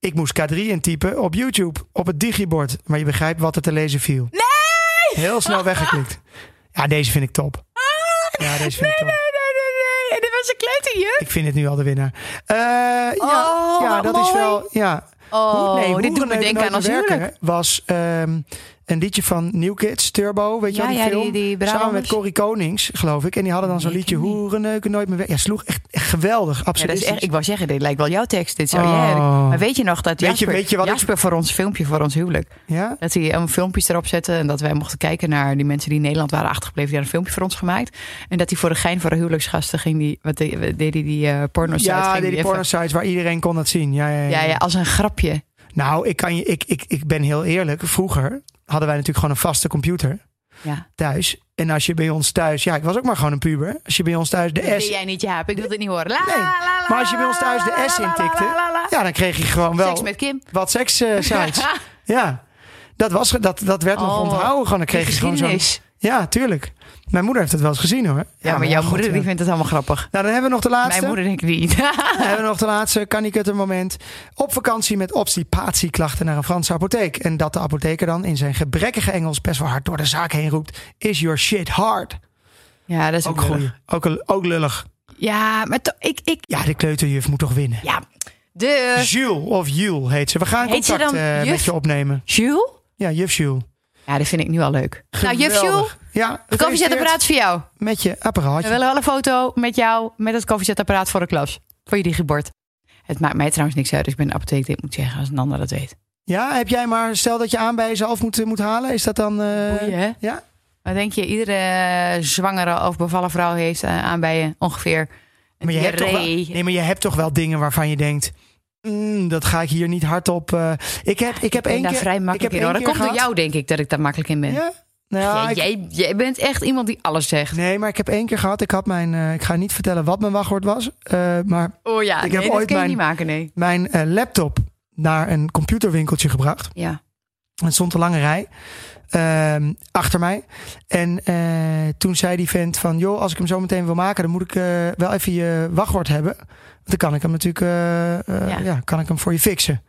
Ik moest K3 intypen op YouTube, op het digibord. Maar je begrijpt wat er te lezen viel. Nee! Heel snel weggeklikt. Ja, deze vind ik top. Ja, deze vind Nee, ik nee, top. nee, nee, nee. Dit was een kleuterjurk. Ik vind het nu al de winnaar. Eh, ja, Oh, ja, wat dat is mooi. wel... Ja. Oh, Hoe- dit doet me Hoerenneuken denken aan Nooit ons Meer huwelijk. Werken was ehm, een liedje van New Kids, Turbo, weet je Ja, wel, die ja, die- film. die Samen met Brabanders. Corrie Konings, geloof ik. En die hadden dan zo'n Nee, liedje, ken ik niet. hoeren neuken nooit meer weg. Ja, sloeg echt, echt geweldig, Ja, dat absoluut. is echt, ik wou zeggen, dit lijkt wel jouw tekst. Dit zou Oh. jij- Maar weet je nog dat Weet je- Jasper, weet je wat ik- Jasper voor ons filmpje, voor ons huwelijk... ja? Dat hij allemaal filmpjes erop zette. En dat wij mochten kijken naar die mensen die in Nederland waren achtergebleven. Die hadden een filmpje voor ons gemaakt. En dat hij voor de gein voor de huwelijksgasten ging. Die, wat deed, wat deed hij die eh porno Ja, die, die pornosites waar iedereen kon dat zien. Ja, ja, ja. Ja, ja, als een grapje. Nou, ik, kan je, ik, ik, ik ben heel eerlijk. Vroeger hadden wij natuurlijk gewoon een vaste computer Ja. thuis. En als je bij ons thuis... Ja, ik was ook maar gewoon een puber. Als je bij ons thuis de Dat S... wil jij niet, Jaap. Ik wil dit niet horen. La, Nee, la, la, maar als je bij ons thuis de S la, la, intikte, la, la, la. Ja, dan kreeg je gewoon wel Eh, Seks met Kim. wat sekssites. ja, dat, was, ge- dat, dat werd nog Oh, onthouden. Gewoon, dan Die kreeg je gewoon zo'n... geschiedenis. Ja, tuurlijk. Mijn moeder heeft het wel eens gezien hoor. Ja, Ja, maar ja, jouw goed, moeder ja. die vindt het allemaal grappig. Nou, dan hebben we nog de laatste. Mijn moeder denk ik niet. Dan hebben we nog de laatste. Kan ik het een moment? Op vakantie met obstipatieklachten naar een Franse apotheek. En dat de apotheker dan in zijn gebrekkige Engels best wel hard door de zaak heen roept. Is your shit hard? ja, dat is Ook ook goed. goed. Ook, ook lullig. Ja, maar to- ik, ik... Ja, de kleuterjuf moet toch winnen. Ja, de... Jules of Jule heet ze. We gaan Eh. Heet ze contact dan eh, juf? met je opnemen. Jules? Ja, juf Jules. Ja, dat vind ik nu al leuk. Nou, juf Geweldig. Jules, Ja, het koffiezetapparaat is voor jou. Met je We apparaatje. willen wel een foto met jou met het koffiezetapparaat voor de klas. Voor je digibord. Het maakt mij trouwens niks uit. Dus ik ben een apotheek, dit moet ik zeggen, als een ander dat weet. Ja, heb jij maar, stel dat je aan bij jezelf moet, moet halen. Is dat dan... eh, Boeien, hè? ja. Wat denk je, iedere zwangere of bevallen vrouw heeft eh, aan bij je ongeveer een Maar je hebt toch wel, diarree. nee, maar je hebt toch wel dingen waarvan je denkt... "Mm, dat ga ik hier niet hard op. eh." ik heb, ik heb ben één daar keer... vrij ik heb makkelijk in één hoor. Dat keer komt door gehad- jou, denk ik, dat ik daar makkelijk in ben. Ja? Nou, Jij- ik- jij, jij bent echt iemand die alles zegt. nee, maar ik heb één keer gehad. Ik had mijn... eh, ik ga niet vertellen wat mijn wachtwoord was. eh, maar Oh ja, Ik nee, heb dat ooit kun je mijn- niet maken, nee. mijn eh, laptop naar een computerwinkeltje gebracht. Ja. En er stond een lange rij ehm, achter mij. En eh, toen zei die vent van... joh, als ik hem zo meteen wil maken... dan moet ik eh, wel even je wachtwoord hebben. Want dan kan ik hem natuurlijk... eh, eh, Ja. ja. kan ik hem voor je fixen.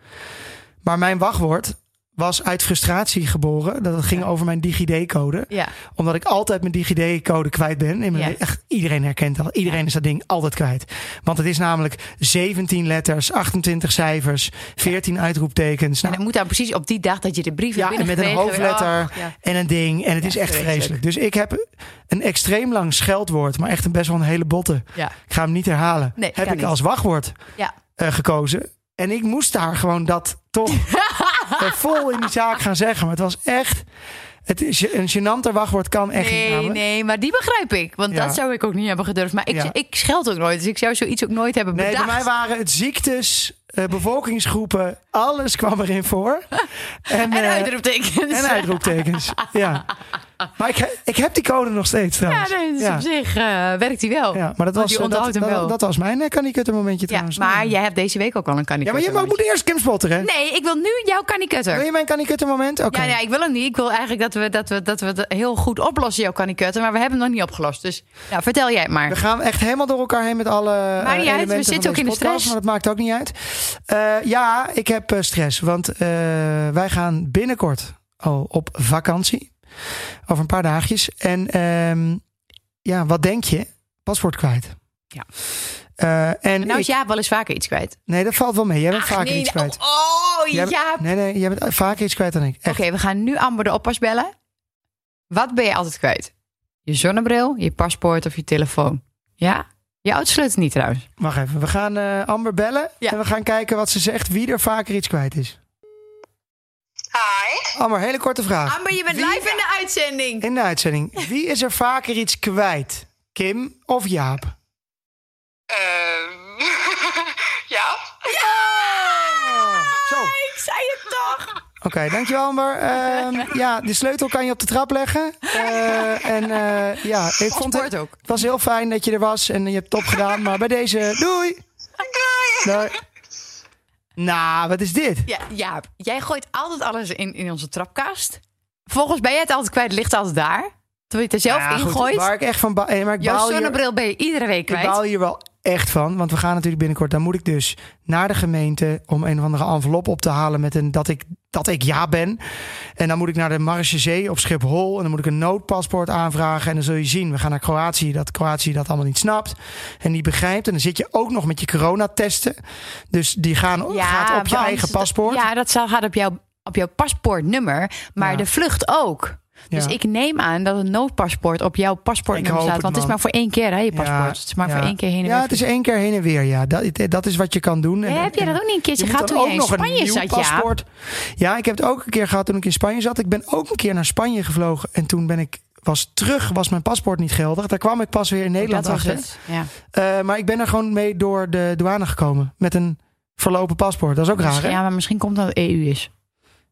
Maar mijn wachtwoord was uit frustratie geboren. Dat het ging Ja. over mijn DigiD-code. ja. Omdat ik altijd mijn DigiD-code kwijt ben. In mijn, Ja. echt, iedereen herkent dat. Iedereen is dat ding altijd kwijt. Want het is namelijk 17 letters, 28 cijfers... 14 uitroeptekens. En Nou, dat moet dan precies op die dag dat je de brief Ja, hebt en met een binnengekregen. hoofdletter. Ach, ja. en een ding. En het Ja, is echt vreselijk. vreselijk. Dus ik heb een extreem lang scheldwoord, maar echt een best wel een hele botte. Ja. Ik ga hem niet herhalen. Nee, heb kan ik niet. als wachtwoord Ja. eh, gekozen. En ik moest daar gewoon dat toch eh, vol in die zaak gaan zeggen. Maar het was echt. Het is, een gênanter wachtwoord kan echt niet. Nee, namelijk. nee, maar die begrijp ik. Want Ja. dat zou ik ook niet hebben gedurfd. Maar ik, Ja. ik scheld ook nooit. Dus ik zou zoiets ook nooit hebben Nee, bedacht. bij mij waren het ziektes, eh, bevolkingsgroepen, alles kwam erin voor. En, En eh, uitroeptekens. en uitroeptekens. ja. Maar ik, ik heb die code nog steeds Ja, trouwens. nee, dus Ja. op zich eh, werkt die wel. Ja, maar dat was, die dat, onthoudt hem dat- wel. dat was mijn eh, kan ik het een momentje Ja, trouwens. maar jij hebt deze week ook al een ja, kanikutter. maar je maar moet eerst Kim spotteren. hè? Nee, ik wil nu jouw Wil kanikutter. je mijn kan ik het een moment? Oké. Ja, nee, ik wil hem niet. Ik wil eigenlijk dat we, dat we, dat we het heel goed oplossen, jouw kanikutter. Maar we hebben hem nog niet opgelost. Dus nou, vertel jij het maar. We gaan echt helemaal door elkaar heen met alle eh, niet uit, we elementen van zitten deze ook in de podcast, stress. Maar dat maakt ook niet uit. Eh, ja, ik heb eh, stress. Want eh, wij gaan binnenkort al op vakantie. Over een paar dagjes. En ehm, ja, wat denk je? Paspoort kwijt. Ja. Eh, en Nou is ik- Jaap wel eens vaker iets kwijt. Nee, dat valt wel mee. Jij bent Ach, vaker nee, iets kwijt. Oh, oh, Jij bent- Jaap. Nee, nee, jij bent vaker iets kwijt dan ik. Echt. Oké, we gaan nu Amber de oppas bellen. Wat ben je altijd kwijt? Je zonnebril, je paspoort of je telefoon. Ja? Je autosleutel niet trouwens. Wacht even, we gaan eh, Amber bellen Ja. en we gaan kijken wat ze zegt, wie er vaker iets kwijt is. Hi. Amber, hele korte vraag. Amber, je bent live in de uitzending. In de uitzending, wie is er vaker iets kwijt? Kim of Jaap? Ehm ja. Zo, oké, Ik zei het toch. dankjewel Amber. Ehm, ja, de sleutel kan je op de trap leggen. Eh, en eh, ja, ik vond het, Paspoort ook. het was heel fijn dat je er was en je hebt het top gedaan. Maar bij deze, doei! Doei! Nou, wat is dit? Ja, Jaap, jij gooit altijd alles in, in onze trapkast. Volgens ben jij het altijd kwijt, het ligt altijd daar. Terwijl je het er zelf Ja, in goed, gooit. Waar ik echt van ba- eh, maar ik Jouw baal hier- zonnebril ben je iedere week Ik baal kwijt. hier wel echt van. Want we gaan natuurlijk binnenkort. Dan moet ik dus naar de gemeente om een of andere envelop op te halen met een dat ik, dat ik ja ben. En dan moet ik naar de Marechaussee op Schiphol. En dan moet ik een noodpaspoort aanvragen. En dan zul je zien, we gaan naar Kroatië. Dat Kroatië dat allemaal niet snapt. En niet begrijpt. En dan zit je ook nog met je coronatesten. Dus die gaan gaat op je want eigen paspoort. Ja, dat zal- gaat op jouw op jouw paspoortnummer, maar Ja. de vlucht ook. Dus Ja. ik neem aan dat het noodpaspoort op jouw Ik paspoortnummer hoop staat. het, Want het is man. maar voor één keer, hè, je Ja, paspoort. het is maar voor ja. één keer heen en Ja, weer. het is één keer heen en weer. Ja, dat, dat is wat je kan doen. En- Ja, heb jij en- dat ook niet een keertje moet gehad dan toen je in ook nog een Spanje nieuw zat? Ja, paspoort. Ja, ik heb het ook een keer gehad toen ik in Spanje zat. Ik ben ook een keer naar Spanje gevlogen. En toen ben ik was terug, was mijn paspoort niet geldig. Daar kwam ik pas weer in Nederland dat was achter. het. Ja. Eh, maar ik ben er gewoon mee door de douane gekomen. Met een verlopen paspoort. Dat is ook raar, hè? Dus ja, Dus maar misschien komt dat het EU is.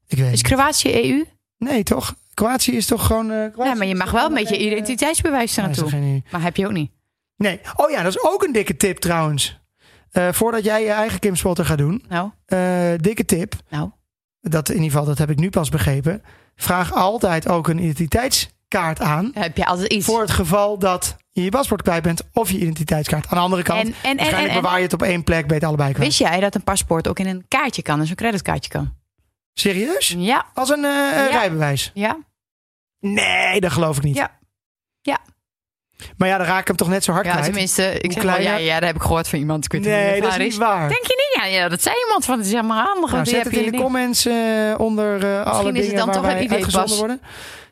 Ik weet Is het. Kroatië EU? Nee, toch? Kroatië is toch gewoon... eh Kroatië Ja, maar je is mag toch wel met gewoon je geen, eh, identiteitsbewijs er nee, is toch naartoe. geen- Maar heb je ook niet. Nee. Oh ja, dat is ook een dikke tip trouwens. Eh, voordat jij je eigen Kim Spotter gaat doen. Nou, eh, dikke tip. nou. dat in ieder geval, dat heb ik nu pas begrepen. Vraag altijd ook een identiteitskaart aan. Heb je altijd iets. Voor het geval dat je je paspoort kwijt bent of je identiteitskaart. Aan de andere kant, En- en- en- waarschijnlijk en- en- bewaar je het op één plek, bij het allebei kwijt. Wist jij dat een paspoort ook in een kaartje kan, in zo'n creditkaartje kan? Serieus? Ja, Als een eh, rijbewijs? ja, Nee, dat geloof ik niet. Ja. Ja. Maar ja, dan raak ik hem toch net zo hard ja. kwijt. Tenminste, ik zeg wel, kleiner- ja, ja, dat heb ik gehoord van iemand. Ik weet niet nee, wie het dat is waar niet waar. Denk je niet? Ja, ja, dat zei iemand van het is helemaal handig. Nou, want die zet heb het je in de niet. comments eh, onder eh alle het dingen dan waar toch wij een ID-pas. uitgezonden worden.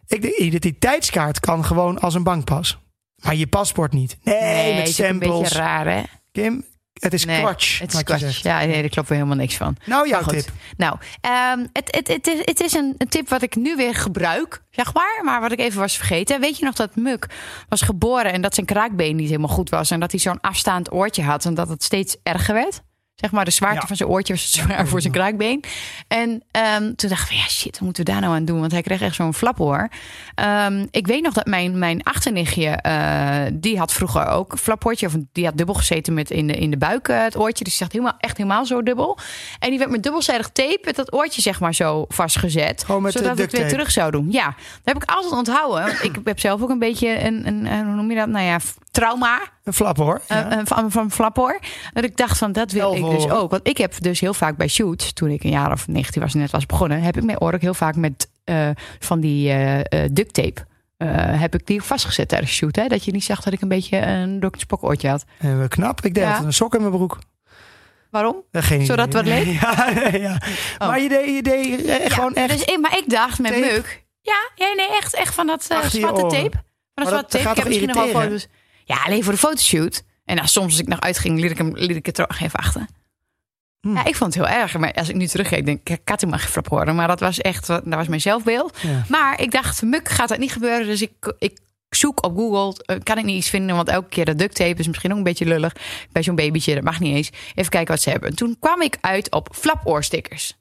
Ik denk, identiteitskaart kan gewoon als een bankpas. Maar je paspoort niet. Nee, Nee, het met is ook een stempels. beetje raar, hè? Kim, het is Nee, Het kwatsch. had is je kwatsch. gezegd. Ja, nee, daar klopt weer helemaal niks van. Nou, jouw Maar goed. tip. Nou, ehm, het, het, het, is, het is een, een tip wat ik nu weer gebruik, zeg maar. Maar wat ik even was vergeten. Weet je nog dat Muk was geboren en dat zijn kraakbeen niet helemaal goed was. En dat hij zo'n afstaand oortje had en dat het steeds erger werd. Zeg maar, de zwaarte Ja. van zijn oortje was zwaar voor zijn kraakbeen. En ehm, toen dachten we, ja shit, wat moeten we daar nou aan doen? Want hij kreeg echt zo'n flaphoor. Ehm, ik weet nog dat mijn, mijn achternichtje, eh, die had vroeger ook een flaphoortje. Of een- die had dubbel gezeten met in de, in de buik eh, het oortje. Dus die zat helemaal, echt helemaal zo dubbel. En die werd met dubbelzijdig tape met dat oortje zeg maar zo vastgezet. Gewoon met, eh, zodat het duct weer tape. terug zou doen. Ja, dat heb ik altijd onthouden. Want ik heb zelf ook een beetje een, een, een- hoe noem je dat? Nou ja, trauma Een flap hoor. Ja. eh, eh, van, van Flapper. Dat ik dacht van, dat wil ik dus Elfhoorn. ook. Want ik heb dus heel vaak bij shoots, toen ik een jaar of 19 was, net was begonnen, heb ik mijn oor ook heel vaak met eh, van die eh, eh, duct tape. eh, heb ik die vastgezet tijdens de shoot. Hè? Dat je niet zag dat ik een beetje een Dr. Spock oortje had. En we knap. Ik deed Ja. altijd een sok in mijn broek. Waarom? Eh, Geen Zodat idee. het wat leek? Oh. Ja, nee, ja. Maar je deed, je deed eh, Ja, gewoon echt... Dus, ik- maar ik dacht met Tape? Muk. Ja, ja, nee, echt, echt van dat eh, Achter je zwarte oren. tape. Van dat dat- zwarte dat tape. gaat Ik heb toch misschien nog wel irriteren? foto's. Ja, alleen voor de fotoshoot. En nou, soms als ik nog uitging, liet ik, hem, liet ik het er ook even achter. Hmm. Ja, ik vond het heel erg. Maar als ik nu terugkijk, denk ik, ik had hem maar geflap horen. Maar dat was echt, dat was mijn zelfbeeld. Ja. Maar ik dacht, muk gaat dat niet gebeuren. Dus ik, ik zoek op Google. eh, Kan ik niet iets vinden? Want elke keer dat duct tape is misschien ook een beetje lullig. Bij zo'n babytje, dat mag niet eens. Even kijken wat ze hebben. En toen kwam ik uit op flapoorstickers.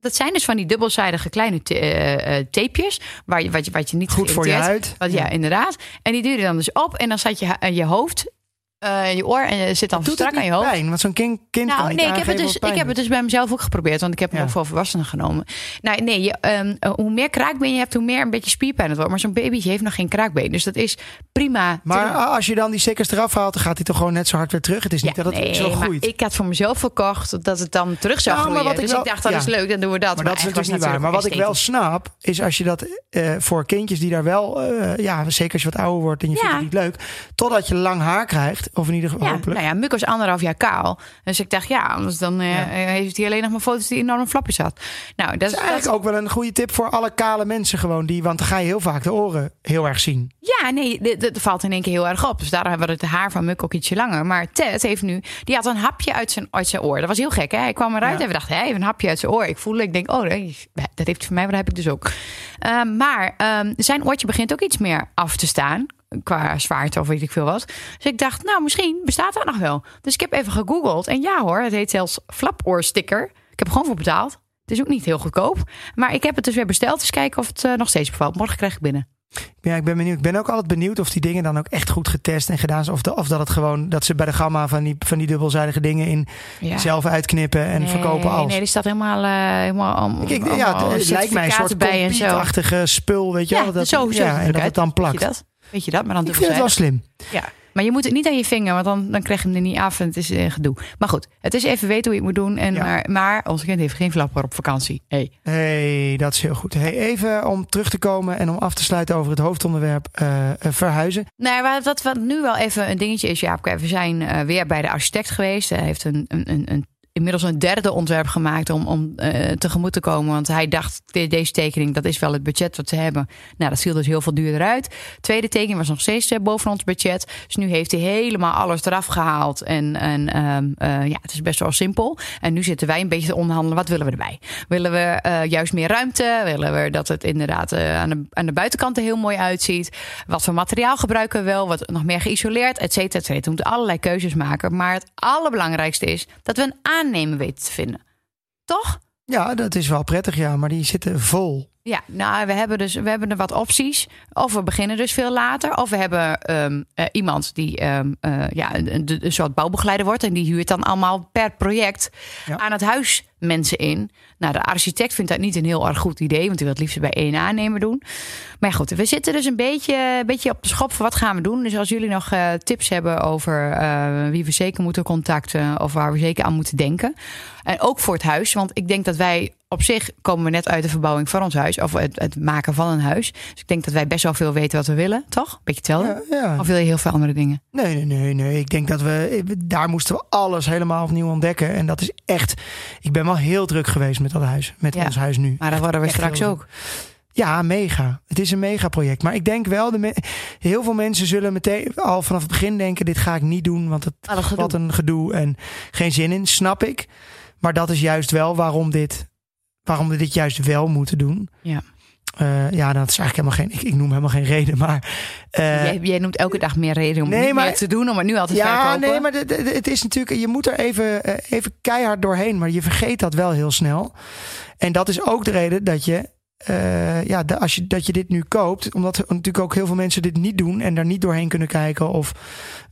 Dat zijn dus van die dubbelzijdige kleine te- eh, eh, tapejes. Waar je, wat, je, wat je niet Goed voor je geïrriteerd- huid. Wat, ja, inderdaad. En die duw je dan dus op. En dan zat je, ha- eh, je hoofd, eh, je oor en je zit dan Doet strak het aan niet je hoofd. pijn? Want zo'n kind, kind kan Nou, niet nee, ik heb, het aangeven dus, of pijn ik heb het doet. dus bij mezelf ook geprobeerd. Want ik heb hem Ja. ook voor volwassenen genomen. Nou, nee, je, ehm, eh, hoe meer kraakbeen je hebt, hoe meer een beetje spierpijn het wordt. Maar zo'n babytje heeft nog geen kraakbeen. Dus dat is prima. te Maar doen. ah, als je dan die stickers eraf haalt, dan gaat hij toch gewoon net zo hard weer terug. Het is niet Ja, dat het nee, zo maar groeit. ik had voor mezelf verkocht dat het dan terug zou Nou, maar groeien. wat ik dus wel- ik dacht, dat ja. is leuk, dan doen we dat. Maar dat is eigenlijk natuurlijk niet waar. Maar wat ik wel was snap, is als je dat eh, voor kindjes die daar wel, eh, ja, zeker als je wat ouder wordt en je Ja. vindt het niet leuk, totdat je lang haar krijgt, of in ieder natuurlijk- geval Ja, hopelijk. nou ja, Muk was anderhalf jaar kaal. Dus ik dacht, ja, anders dan eh, heeft hij alleen nog maar foto's die enorm flapjes had. Nou, dat is Dat is eigenlijk ook wel een goede tip voor alle kale mensen gewoon, die, want dan ga je heel vaak de oren heel erg zien. Ja, nee, dit- dit valt in één keer heel erg op. Dus daarom hebben we het haar van Muk ook ietsje langer. Maar Ted heeft nu, die had een hapje uit zijn, uit zijn oor. Dat was heel gek, hè? Hij kwam eruit Ja. en we dachten, hij heeft een hapje uit zijn oor. Ik voelde, ik denk, oh, nee, dat heeft hij voor mij, maar dat heb ik dus ook. Ehm, maar ehm, zijn oortje begint ook iets meer af te staan. Qua zwaarte of weet ik veel wat. Dus ik dacht, nou, misschien bestaat dat nog wel. Dus ik heb even gegoogeld. En ja hoor, het heet zelfs flapoorsticker. Ik heb er gewoon voor betaald. Het is ook niet heel goedkoop. Maar ik heb het dus weer besteld. Dus kijken of het eh, nog steeds bevalt. Morgen krijg ik binnen. Ja, ik ben benieuwd. Ik ben ook altijd benieuwd of die dingen dan ook echt goed getest en gedaan zijn. Of, de- of dat het gewoon, dat ze bij de gamma van die, van die dubbelzijdige dingen in Ja. zelf uitknippen en verkopen als. Nee, die staat helemaal, eh, helemaal om, Ik, ik- allemaal ja, het lijkt mij een soort certificaten bij en zo. achtige spul, weet je Ja, wel. Dat, zo, zo ziet ja, en het dat het eruit. dan Weet plakt. je dat? Weet je dat? Maar dan Ik vind het wel dubbelzijdig. slim. Ja. Maar je moet het niet aan je vinger, want dan, dan krijg je hem er niet af en het is eh, gedoe. Maar goed, het is even weten hoe je het moet doen. En Ja. maar, maar ons kind heeft geen flapper op vakantie. Hey. hey, dat is heel goed. Hey, even om terug te komen en om af te sluiten over het hoofdonderwerp eh, eh, verhuizen. Nou, wat, wat, wat nu wel even een dingetje is, Jaap. We zijn eh, weer bij de architect geweest. Hij heeft een, een, een, een inmiddels een derde ontwerp gemaakt om, om eh, tegemoet te komen. Want hij dacht, de- deze tekening, dat is wel het budget wat ze hebben. Nou, dat viel dus heel veel duurder uit. Tweede tekening was nog steeds eh, boven ons budget. Dus nu heeft hij helemaal alles eraf gehaald. En, en ehm, eh, ja, het is best wel simpel. En nu zitten wij een beetje te onderhandelen, wat willen we erbij? Willen we eh, juist meer ruimte? Willen we dat het inderdaad eh, aan, de, aan de buitenkant er heel mooi uitziet? Wat voor materiaal gebruiken we wel? Wat nog meer geïsoleerd, et cetera, et cetera. We moeten allerlei keuzes maken. Maar het allerbelangrijkste is dat we een aannemer weten te vinden. Toch? Ja, dat is wel prettig, ja. Maar die zitten vol. Ja, nou, we hebben dus we hebben er wat opties. Of we beginnen dus veel later. Of we hebben ehm, eh, iemand die ehm, eh, ja, een, een- een soort bouwbegeleider wordt. En die huurt dan allemaal per project Ja. aan het huis mensen in. Nou, de architect vindt dat niet een heel erg goed idee. Want die wil het liefst bij één aannemer doen. Maar goed, we zitten dus een beetje, een beetje op de schop van wat gaan we doen. Dus als jullie nog eh, tips hebben over eh, wie we zeker moeten contacten. Of waar we zeker aan moeten denken. En ook voor het huis. Want ik denk dat wij op zich komen we net uit de verbouwing van ons huis. Of het, het maken van een huis. Dus ik denk dat wij best wel veel weten wat we willen. Toch? Beetje hetzelfde. Ja, ja. Of wil je heel veel andere dingen? Nee, nee, nee, nee. Ik denk dat we... Daar moesten we alles helemaal opnieuw ontdekken. En dat is echt... Ik ben wel heel druk geweest met dat huis. Met Ja. ons huis nu. Maar dat worden we echt straks heel ook. Ja, mega. Het is een mega project. Maar ik denk wel... De me- heel veel mensen zullen meteen al vanaf het begin denken... Dit ga ik niet doen, want het Al het gedoe. wat een gedoe en geen zin in, snap ik. Maar dat is juist wel waarom, dit, waarom we dit juist wel moeten doen. Ja. Eh, ja, dat is eigenlijk helemaal geen. Ik, ik noem helemaal geen reden, maar. eh, jij, jij noemt elke dag meer reden om nee, niet maar- meer te doen. Om het nu al te ja, verkopen. nee, maar dit- dit- het is natuurlijk. Je moet er even, eh, even keihard doorheen, maar je vergeet dat wel heel snel. En dat is ook de reden dat je. eh, ja, da- als je, dat je dit nu koopt, omdat er natuurlijk ook heel veel mensen dit niet doen en daar niet doorheen kunnen kijken of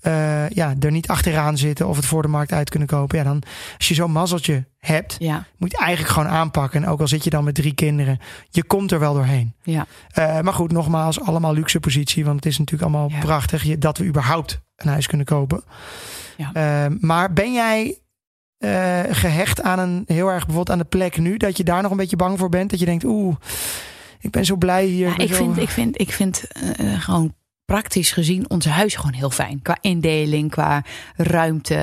eh, ja, er niet achteraan zitten of het voor de markt uit kunnen kopen. Ja, dan als je zo'n mazzeltje hebt, Ja, moet je eigenlijk gewoon aanpakken. En ook al zit je dan met drie kinderen, je komt er wel doorheen. ja. Eh, maar goed, nogmaals, allemaal luxe positie. Want het is natuurlijk allemaal Ja. prachtig je- dat we überhaupt een huis kunnen kopen. Ja. Eh, maar ben jij eh, gehecht aan een heel erg bijvoorbeeld aan de plek nu? Dat je daar nog een beetje bang voor bent? Dat je denkt, oeh, ik ben zo blij hier. Ja, ben ik, zo- vind, ik vind, ik vind eh, gewoon praktisch gezien ons huis gewoon heel fijn. Qua indeling, qua ruimte.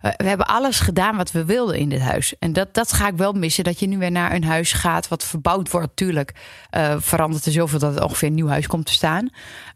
Eh, we hebben alles gedaan wat we wilden in dit huis. En dat, dat ga ik wel missen. Dat je nu weer naar een huis gaat wat verbouwd wordt. Tuurlijk eh, verandert er zoveel dat het ongeveer een nieuw huis komt te staan.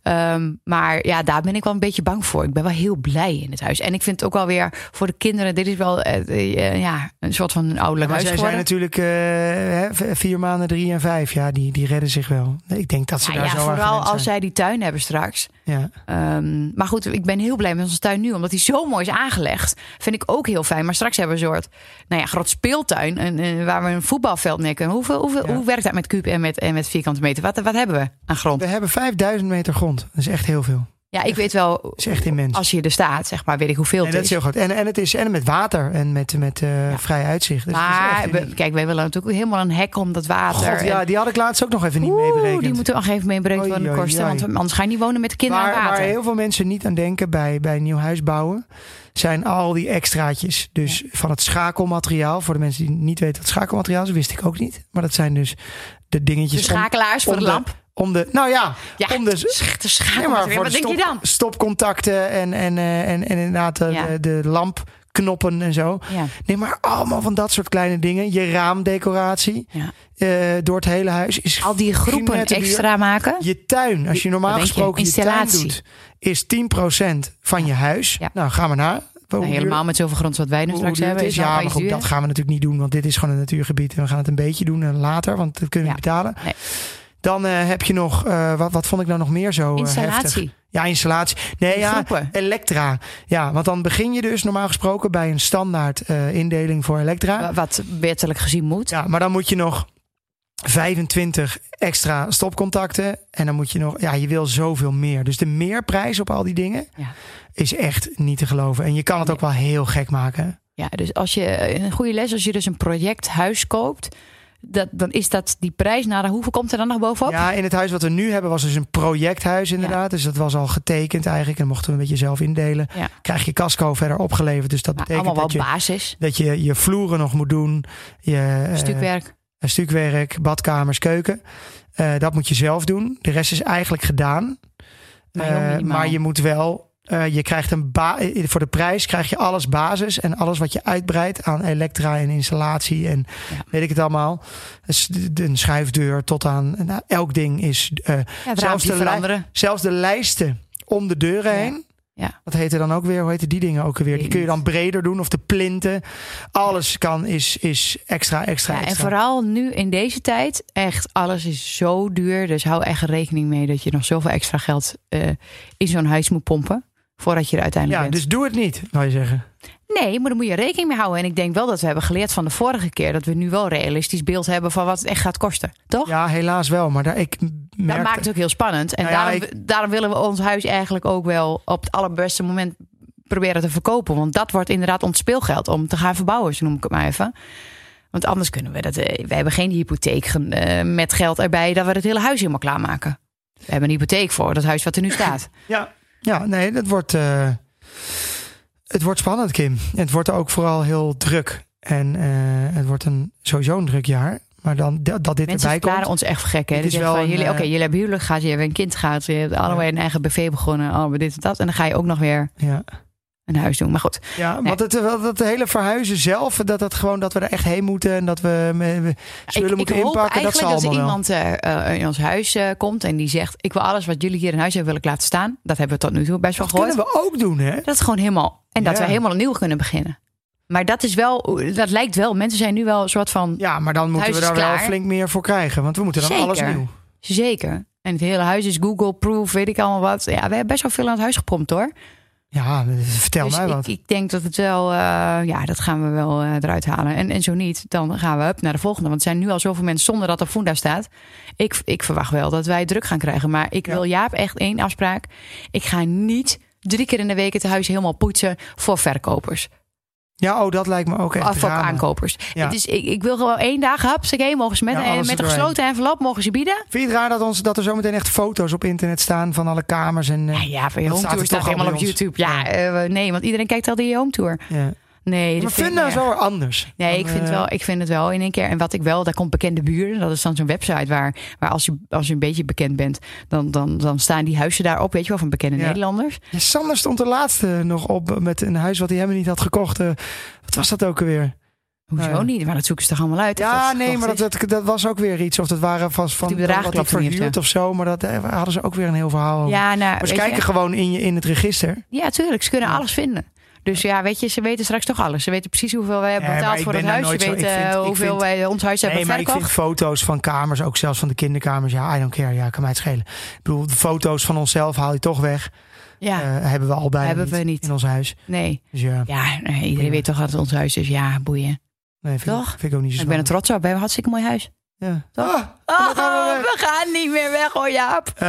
Ehm, maar ja, daar ben ik wel een beetje bang voor. Ik ben wel heel blij in het huis. En ik vind het ook wel weer voor de kinderen. Dit is wel eh, eh, ja, een soort van een ouderlijk maar huis zij zijn geworden. natuurlijk eh, hè, v- vier maanden, drie en vijf. Ja, die, die redden zich wel. Ik denk dat ze Ja, daar Nou ja, zo aan vooral gewend als zijn. zij die tuin hebben straks. Ja. Ehm, maar goed, ik ben heel blij met onze tuin nu, omdat die zo mooi is aangelegd. Vind ik ook heel fijn. Maar straks hebben we een soort nou ja, groot speeltuin en, en waar we een voetbalveld neer kunnen. Hoeveel, hoeveel, Ja. Hoe werkt dat met kuub en met, en met vierkante meter? Wat, wat hebben we aan grond? We hebben 5000 meter grond. Dat is echt heel veel. Ja, ik weet wel, Dat is echt immens. als je er staat, zeg maar, weet ik hoeveel Nee, het dat is. is heel goed. En, en het is en met water en met, met eh, vrij uitzicht. Dus het is echt maar uniek. we- kijk, wij willen natuurlijk helemaal een hek om dat water. God, ja, en- die had ik laatst ook nog even niet Oeh, meeberekend. die moeten nog even meebreekt Oei, worden oei, kosten, oei. want anders ga je niet wonen met de kinderen waar, aan waar water. heel veel mensen niet aan denken bij, bij nieuw huis bouwen, zijn al die extraatjes. Dus van het schakelmateriaal. Voor de mensen die niet weten wat schakelmateriaal is, wist ik ook niet. Maar dat zijn dus de de dingetjes om- schakelaars voor om de lamp. om de, nou ja, Ja, om de, Schicht, de Nee, schakelaars. maar Wat voor denk de je dan? stop, stopcontacten en, en, eh, en, en inderdaad eh, Ja. de, de lampknoppen en zo. Ja. Nee, maar allemaal van dat soort kleine dingen. Je raamdecoratie Ja. eh, door het hele huis is Al die groepen knetterduur. extra maken. Je tuin, als je normaal Wat denk je? gesproken je, tuin Installatie. doet, is 10% van je huis. Ja. Nou, gaan we naar. Hoe Nou, duur- helemaal met zoveel grond wat wij nu hoe straks duur het hebben. is. Is Ja, wel maar iets goed, duur. dat gaan we natuurlijk niet doen, want dit is gewoon een natuurgebied en we gaan het een beetje doen en later, want dat kunnen Ja. we niet betalen. Nee. Dan eh, heb je nog, eh, wat, wat vond ik nou nog meer zo eh, heftig? Installatie. Ja, installatie. Nee, Die ja, groepen. Elektra. Ja, want dan begin je dus normaal gesproken bij een standaard eh, indeling voor Elektra. Wa- Wat wettelijk gezien moet. Ja, maar dan moet je nog 25 extra stopcontacten. En dan moet je nog, ja, je wil zoveel meer. Dus de meerprijs op al die dingen Ja. is echt niet te geloven. En je kan het ook wel heel gek maken. Ja, dus als je eh, een goede les, als je dus een projecthuis koopt, dat, dan is dat die prijs. Nou, dan hoeveel komt er dan nog bovenop? Ja, in het huis wat we nu hebben was dus een projecthuis inderdaad. Dus dat was al getekend eigenlijk. En mochten we een beetje zelf indelen. Ja. Krijg je casco verder opgeleverd. Dus dat Maar betekent allemaal wel dat je, basis. dat je je vloeren nog moet doen. Je, eh, Stukwerk. Een stukwerk, badkamers, keuken. Eh, dat moet je zelf doen. De rest is eigenlijk gedaan. Maar heel Eh, minimaal. maar je moet wel Eh, je krijgt een ba- eh, voor de prijs krijg je alles basis en alles wat je uitbreidt aan elektra en installatie en weet ik het allemaal. Dus de- de- Een schuifdeur tot aan nou, elk ding is. eh, Ja, het zelfs, raampje de lij- veranderen. zelfs de lijsten om de deuren Ja. heen. Ja. Wat heette dan ook weer? Hoe heette die dingen ook weer? Die kun je dan breder doen of de plinten. Alles kan is, is extra, extra, Ja, en extra. vooral nu in deze tijd, echt alles is zo duur. Dus hou echt rekening mee dat je nog zoveel extra geld eh, in zo'n huis moet pompen. Voordat je er uiteindelijk ja, bent. dus doe het niet, zou je zeggen. Nee, maar daar moet je rekening mee houden. En ik denk wel dat we hebben geleerd van de vorige keer. Dat we nu wel een realistisch beeld hebben van wat het echt gaat kosten. Toch? Ja, helaas wel. Maar daar, ik merk dat maakt het ook heel spannend. En Nou ja, daarom, daarom willen we ons huis eigenlijk ook wel op het allerbeste moment proberen te verkopen. Want dat wordt inderdaad ons speelgeld om te gaan verbouwen, zo noem ik het maar even. Want anders kunnen we dat. eh, We hebben geen hypotheek gen- eh, met geld erbij dat we het hele huis helemaal klaarmaken. We hebben een hypotheek voor dat huis wat er nu staat. Ja, ja nee, dat wordt, eh, het wordt spannend, Kim. Het wordt ook vooral heel druk. En eh, het wordt een, sowieso een druk jaar. Maar dan dat, dat dit Mensen erbij komt. verklaren ons echt voor gek. Hè? Dit Die is zeggen wel van, een, jullie, eh, oké, jullie hebben huwelijk gehad, je hebt een kind gehad, je hebt allebei een eigen BV begonnen, allemaal dit en dat. En dan ga je ook nog weer Ja, een huis doen. Maar goed, ja want het, wel, dat hele verhuizen zelf, dat, dat gewoon dat we er echt heen moeten en dat we me- we spullen moeten hoop inpakken, dat eigenlijk zal allemaal er wel. iemand eh, eh, in ons huis eh, komt en die zegt: Ik wil alles wat jullie hier in huis hebben, wil ik laten staan. Dat hebben we tot nu toe best wel dat gehoord. kunnen we ook doen, hè? Dat is gewoon helemaal. En dat Ja. we helemaal opnieuw kunnen beginnen. Maar dat is wel, dat lijkt wel. Mensen zijn nu wel een soort van Ja, maar dan moeten huis we is daar wel klaar. flink meer voor krijgen. Want we moeten dan alles Zeker. nieuw. zeker. En het hele huis is Google-proof, weet ik allemaal wat. Ja, we hebben best wel veel aan het huis geprompt hoor. Ja, vertel dus mij ik, wat. ik denk dat het wel, eh, ja, dat gaan we wel eh, eruit halen. En, en zo niet, dan gaan we up naar de volgende. Want er zijn nu al zoveel mensen zonder dat er Funda staat. Ik, ik verwacht wel dat wij het druk gaan krijgen. Maar ik Ja. wil Jaap echt één afspraak. Ik ga niet drie keer in de week het huis helemaal poetsen voor verkopers. Ja, oh, dat lijkt me ook echt Of voor drama. aankopers. Ja. Het is, ik, ik wil gewoon één dag, haps, oké, mogen ze met, Ja, eh, alles met een erdoorheen. gesloten envelop, mogen ze bieden? Vind je het raar dat, ons, dat er zometeen echt foto's op internet staan van alle kamers? En, eh, Ja, ja voor je Dat home staat tour er staat toch al helemaal op bij ons. YouTube. Ja, eh, nee, want iedereen kijkt al die home tour. ja. Nee, dat Maar vind ik Funda niet is erg. wel weer anders. Nee, Dan, ik vind, eh, wel, ik vind het wel in één keer. En wat ik wel, daar komt bekende buren. Dat is dan zo'n website waar, waar als, je, als je een beetje bekend bent, dan, dan, dan staan die huizen daarop. Weet je wel, van bekende Ja. Nederlanders. ja, Sander stond de laatste nog op met een huis wat hij helemaal niet had gekocht. Eh, wat was dat ook alweer? Hoezo Ja. niet? Maar dat zoeken ze toch allemaal uit? of ja, dat nee, gekocht maar is? dat, dat, dat was ook weer iets. Of dat waren vast van die bedragen wat hij klopten niet of verhuurd zo. of zo. Maar dat eh, hadden ze ook weer een heel verhaal over. Ja, nou, maar ze weet je, kijken gewoon in, je, in het register. ja, tuurlijk. Ze kunnen Ja. alles vinden. Dus ja, weet je, ze weten straks toch alles. Ze weten precies hoeveel wij hebben Nee, Eh, maar betaald ik voor ben het daar huis. Ze nooit zo- ik weten vind- ik hoeveel vind- wij ons huis hebben Nee, maar ik vind verkocht. foto's van kamers, ook zelfs van de kinderkamers. Ja, I don't care. Ja, kan mij het schelen. Ik bedoel, de foto's van onszelf haal je toch weg. Ja, Eh, hebben we al bijna Hebben niet, we niet. in ons huis. nee. Dus ja, Ja, nee, iedereen Prima. weet toch dat het ons huis is. Ja, boeien. nee, vind, ik- Toch? vind ik ook niet zo Ik ben er spannend. trots op. We hebben een hartstikke mooi huis. Ja. Toch? Ah, dan gaan we weg. gaan niet meer weg hoor, Jaap. Eh,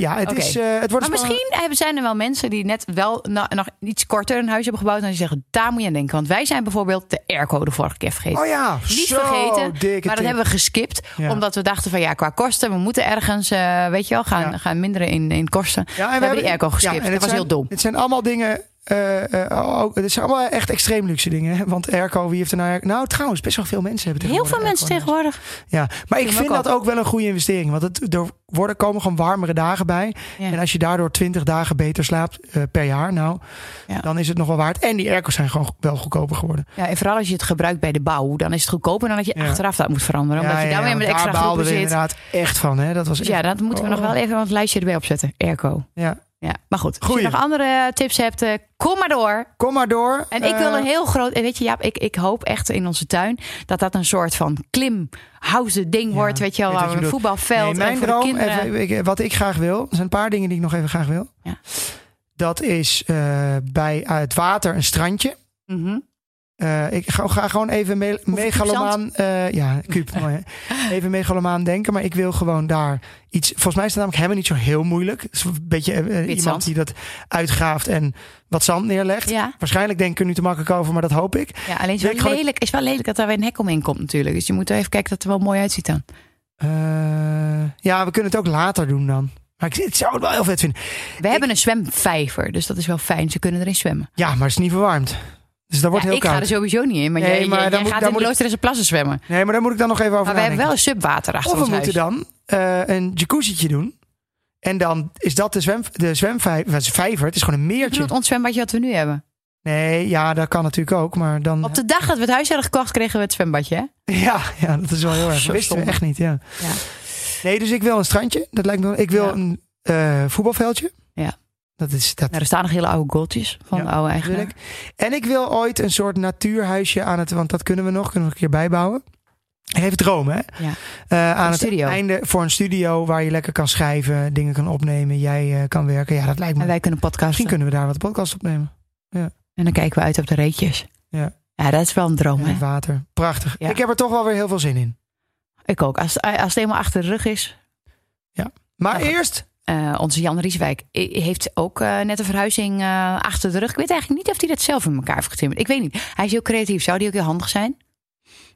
ja, het, ah. Oké. is, eh, het wordt Maar misschien hebben- zijn er wel mensen die net wel na- nog iets korter een huis hebben gebouwd. En die zeggen, daar moet je aan denken. Want wij zijn bijvoorbeeld de airco de vorige keer vergeten. Oh ja, Niet zo vergeten, dikke maar dat tip. hebben we geskipt. Ja. Omdat we dachten van ja, qua kosten, we moeten ergens, eh, weet je wel, gaan, Ja. gaan minderen in, in kosten. Ja, en we, hebben de airco geskipt. ja, en dat het was zijn- heel dom. Het zijn allemaal dingen. eh, eh, ook- het zijn allemaal echt extreem luxe dingen. hè. Want airco, wie heeft er nou... airco? Nou, trouwens, best wel veel mensen hebben Heel veel tegenwoordig mensen airco tegenwoordig. in huis. Ja, maar ik Doen we vind ook dat al. ook wel een goede investering. Want het, er worden, komen gewoon warmere dagen bij. Ja. En als je daardoor 20 dagen beter slaapt eh, per jaar, nou, Ja. dan is het nog wel waard. En die airco's zijn gewoon wel goedkoper geworden. Ja, en vooral als je het gebruikt bij de bouw, dan is het goedkoper dan dat je Ja. achteraf dat moet veranderen. Omdat Ja, je ja, daar weer ja, met want extra daar baalden groepen we zit. inderdaad echt van. Hè? Dat was Dus echt- ja, dat moeten we nog Oh. wel even aan het lijstje erbij opzetten. Airco. Ja. Ja, maar goed. Goeie. Als je nog andere tips hebt, eh, kom maar door. Kom maar door. En ik wil Eh, een heel groot. en Weet je, Jaap, ik, ik hoop echt in onze tuin dat dat een soort van klimhouten ding Ja, wordt. Weet je wel, ik weet wat je waar een bedoelt. voetbalveld Nee, mijn en voor droom, de kinderen. even- ik- eh, wat ik graag wil, er zijn een paar dingen die ik nog even graag wil. Ja. Dat is eh, bij eh, het water een strandje. Mhm. Eh, ik ga, ga gewoon even me- megalomaan. eh, ja, kuub. mooi, hè. even megalomaan denken. Maar ik wil gewoon daar iets. Volgens mij is het namelijk helemaal niet zo heel moeilijk. Het is een beetje eh, Wit iemand zand. die dat uitgraaft en wat zand neerlegt. Ja. Waarschijnlijk denk ik er nu te makkelijk over, maar dat hoop ik. ja, alleen zo Denk gewoon- lelijk is wel lelijk dat daar weer een hek omheen komt, natuurlijk. Dus je moet wel even kijken dat het er wel mooi uitziet dan. Eh, ja, we kunnen het ook later doen dan. Maar ik, ik zou het wel heel vet vinden. We hebben een zwemvijver, dus dat is wel fijn. Ze kunnen erin zwemmen. Ja, maar het is niet verwarmd. Dus dat wordt Ja, heel ik ga koud. er sowieso niet in, maar, Nee, jij, maar jij- dan jij moet- gaat in dan de moet ik- Loosterse plassen zwemmen. Nee, maar daar moet ik dan nog even over Maar we hebben nadenken. wel een subwater achter Of we ons moeten huis. dan eh, een jacuzzietje doen. En dan is dat de, zwem, de zwemvijver. Het is vijver, het is gewoon een Je meertje. bedoelt ons zwembadje wat we nu hebben. Nee, ja, dat kan natuurlijk ook. Maar dan. Op de dag dat we het huis hadden gekocht, kregen we het zwembadje. Hè? Nou, Ja, ja, dat is wel heel Oh, erg. zo Dat wisten we zonde. echt niet, ja. Ja. Nee, dus ik wil een strandje. Dat lijkt me. Ik wil Ja. een eh, voetbalveldje. Ja. Dat is dat. Nou, er staan nog hele oude goaltjes van Ja, de oude wil eigenaar. ik. En ik wil ooit een soort natuurhuisje aan het, want dat kunnen we nog, kunnen we nog een keer bijbouwen. Even dromen, hè? Ja. Eh, aan Een het studio. einde voor een studio waar je lekker kan schrijven, dingen kan opnemen, jij eh, kan werken. Ja, dat lijkt me. En wij kunnen podcasten. Misschien kunnen we daar wat podcast opnemen. En dan kijken we uit op de reetjes. Ja. Ja, dat is wel een droom, En hè? het water. Prachtig. Oh, Ja. Ik heb er toch wel weer heel veel zin in. Ik ook. Als, eh, als het helemaal achter de rug is. Maar Ja, goed. eerst. eh, onze Jan Rieswijk i- heeft ook eh, net een verhuizing eh, achter de rug. Ik weet eigenlijk niet of hij dat zelf in elkaar heeft getimmerd. Ik weet niet. Hij is heel creatief. Zou die ook heel handig zijn?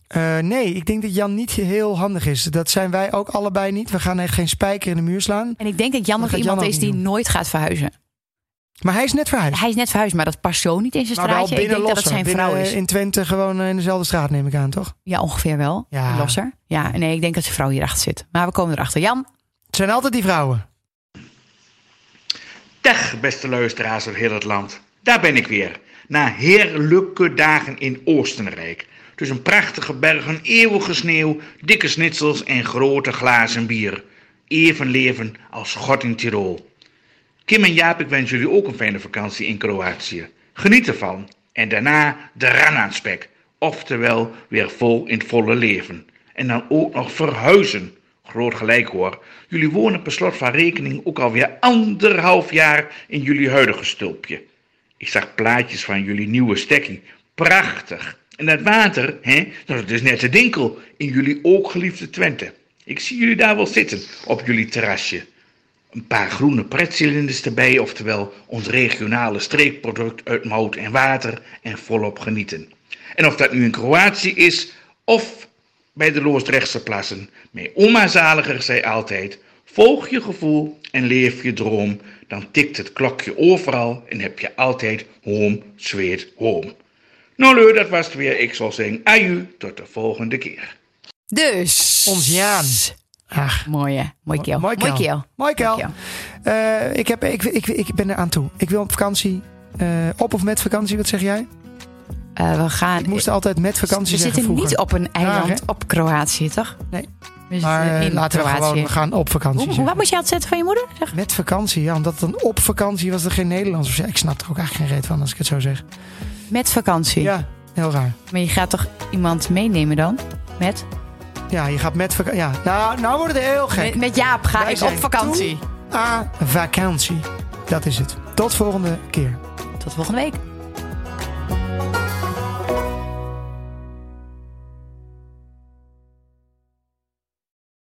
eh, nee, ik denk dat Jan niet heel handig is. Dat zijn wij ook allebei niet. We gaan echt geen spijker in de muur slaan. En ik denk dat Jan Dat nog gaat iemand Jan ook is niet die doen. nooit gaat verhuizen. Maar hij is net verhuisd. Hij is net verhuisd, maar dat past zo niet in zijn Maar Nou, wel straatje. Ik binnen denk dat het Losser. zijn vrouw Binnen, is. eh, In Twente gewoon eh, in dezelfde straat, neem ik aan, toch? Ja, ongeveer wel. Ja. Losser. Ja, nee, ik denk dat zijn vrouw hierachter zit. Maar we komen erachter. Jan, Het zijn altijd die vrouwen. Dag, beste luisteraars door heel het land. Daar ben ik weer. Na heerlijke dagen in Oostenrijk. Tussen prachtige bergen, eeuwige sneeuw, dikke snitsels en grote glazen bier. Even leven als God in Tirol. Kim en Jaap, ik wens jullie ook een fijne vakantie in Kroatië. Geniet ervan. En daarna de ranaanspek. Oftewel weer vol in het volle leven. En dan ook nog verhuizen. Groot gelijk hoor. Jullie wonen per slot van rekening ook alweer anderhalf jaar in jullie huidige stulpje. Ik zag plaatjes van jullie nieuwe stekkie. Prachtig. En dat water, hè, nou, dat is net de dinkel in jullie ook geliefde Twente. Ik zie jullie daar wel zitten op jullie terrasje een paar groene pretcilinders erbij, oftewel ons regionale streekproduct uit mout en water en volop genieten. En of dat nu in Kroatië is of bij de Loosdrechtse plassen, mijn oma zaliger zei altijd, volg je gevoel en leef je droom, dan tikt het klokje overal en heb je altijd home sweet home. Nou leur, dat was het weer. Ik zal zeggen aju, tot de volgende keer. dus. Ons Jaan. Ach, Mooi, hè? Mooi keel. Mooi keel. Mooi keel. Mooi Eh, ik, heb, ik, ik, ik ben er aan toe. Ik wil op vakantie. Eh, op of met vakantie, wat zeg jij? Eh, we gaan. Ik moest altijd met vakantie we zeggen zitten vroeger. niet op een eiland Raar, hè? op Kroatië, toch? Nee. We Maar zitten eh, in laten we Kroatië. gewoon we gaan op vakantie Hoe, hoe- wat zeggen. moest je altijd zetten van je moeder? Zeg. Met vakantie, ja. Omdat dan op vakantie was er geen Nederlands. of zo. Ik snap er ook eigenlijk geen reet van als ik het zo zeg. Met vakantie. Ja, heel raar. Maar je gaat toch iemand meenemen dan? Met? Ja, je gaat met vakantie. Ja, nou, nou wordt het heel gek. Met, met Jaap ga Wij ik op zijn vakantie. toe aan vakantie. Dat is het. Tot volgende keer. Tot volgende week.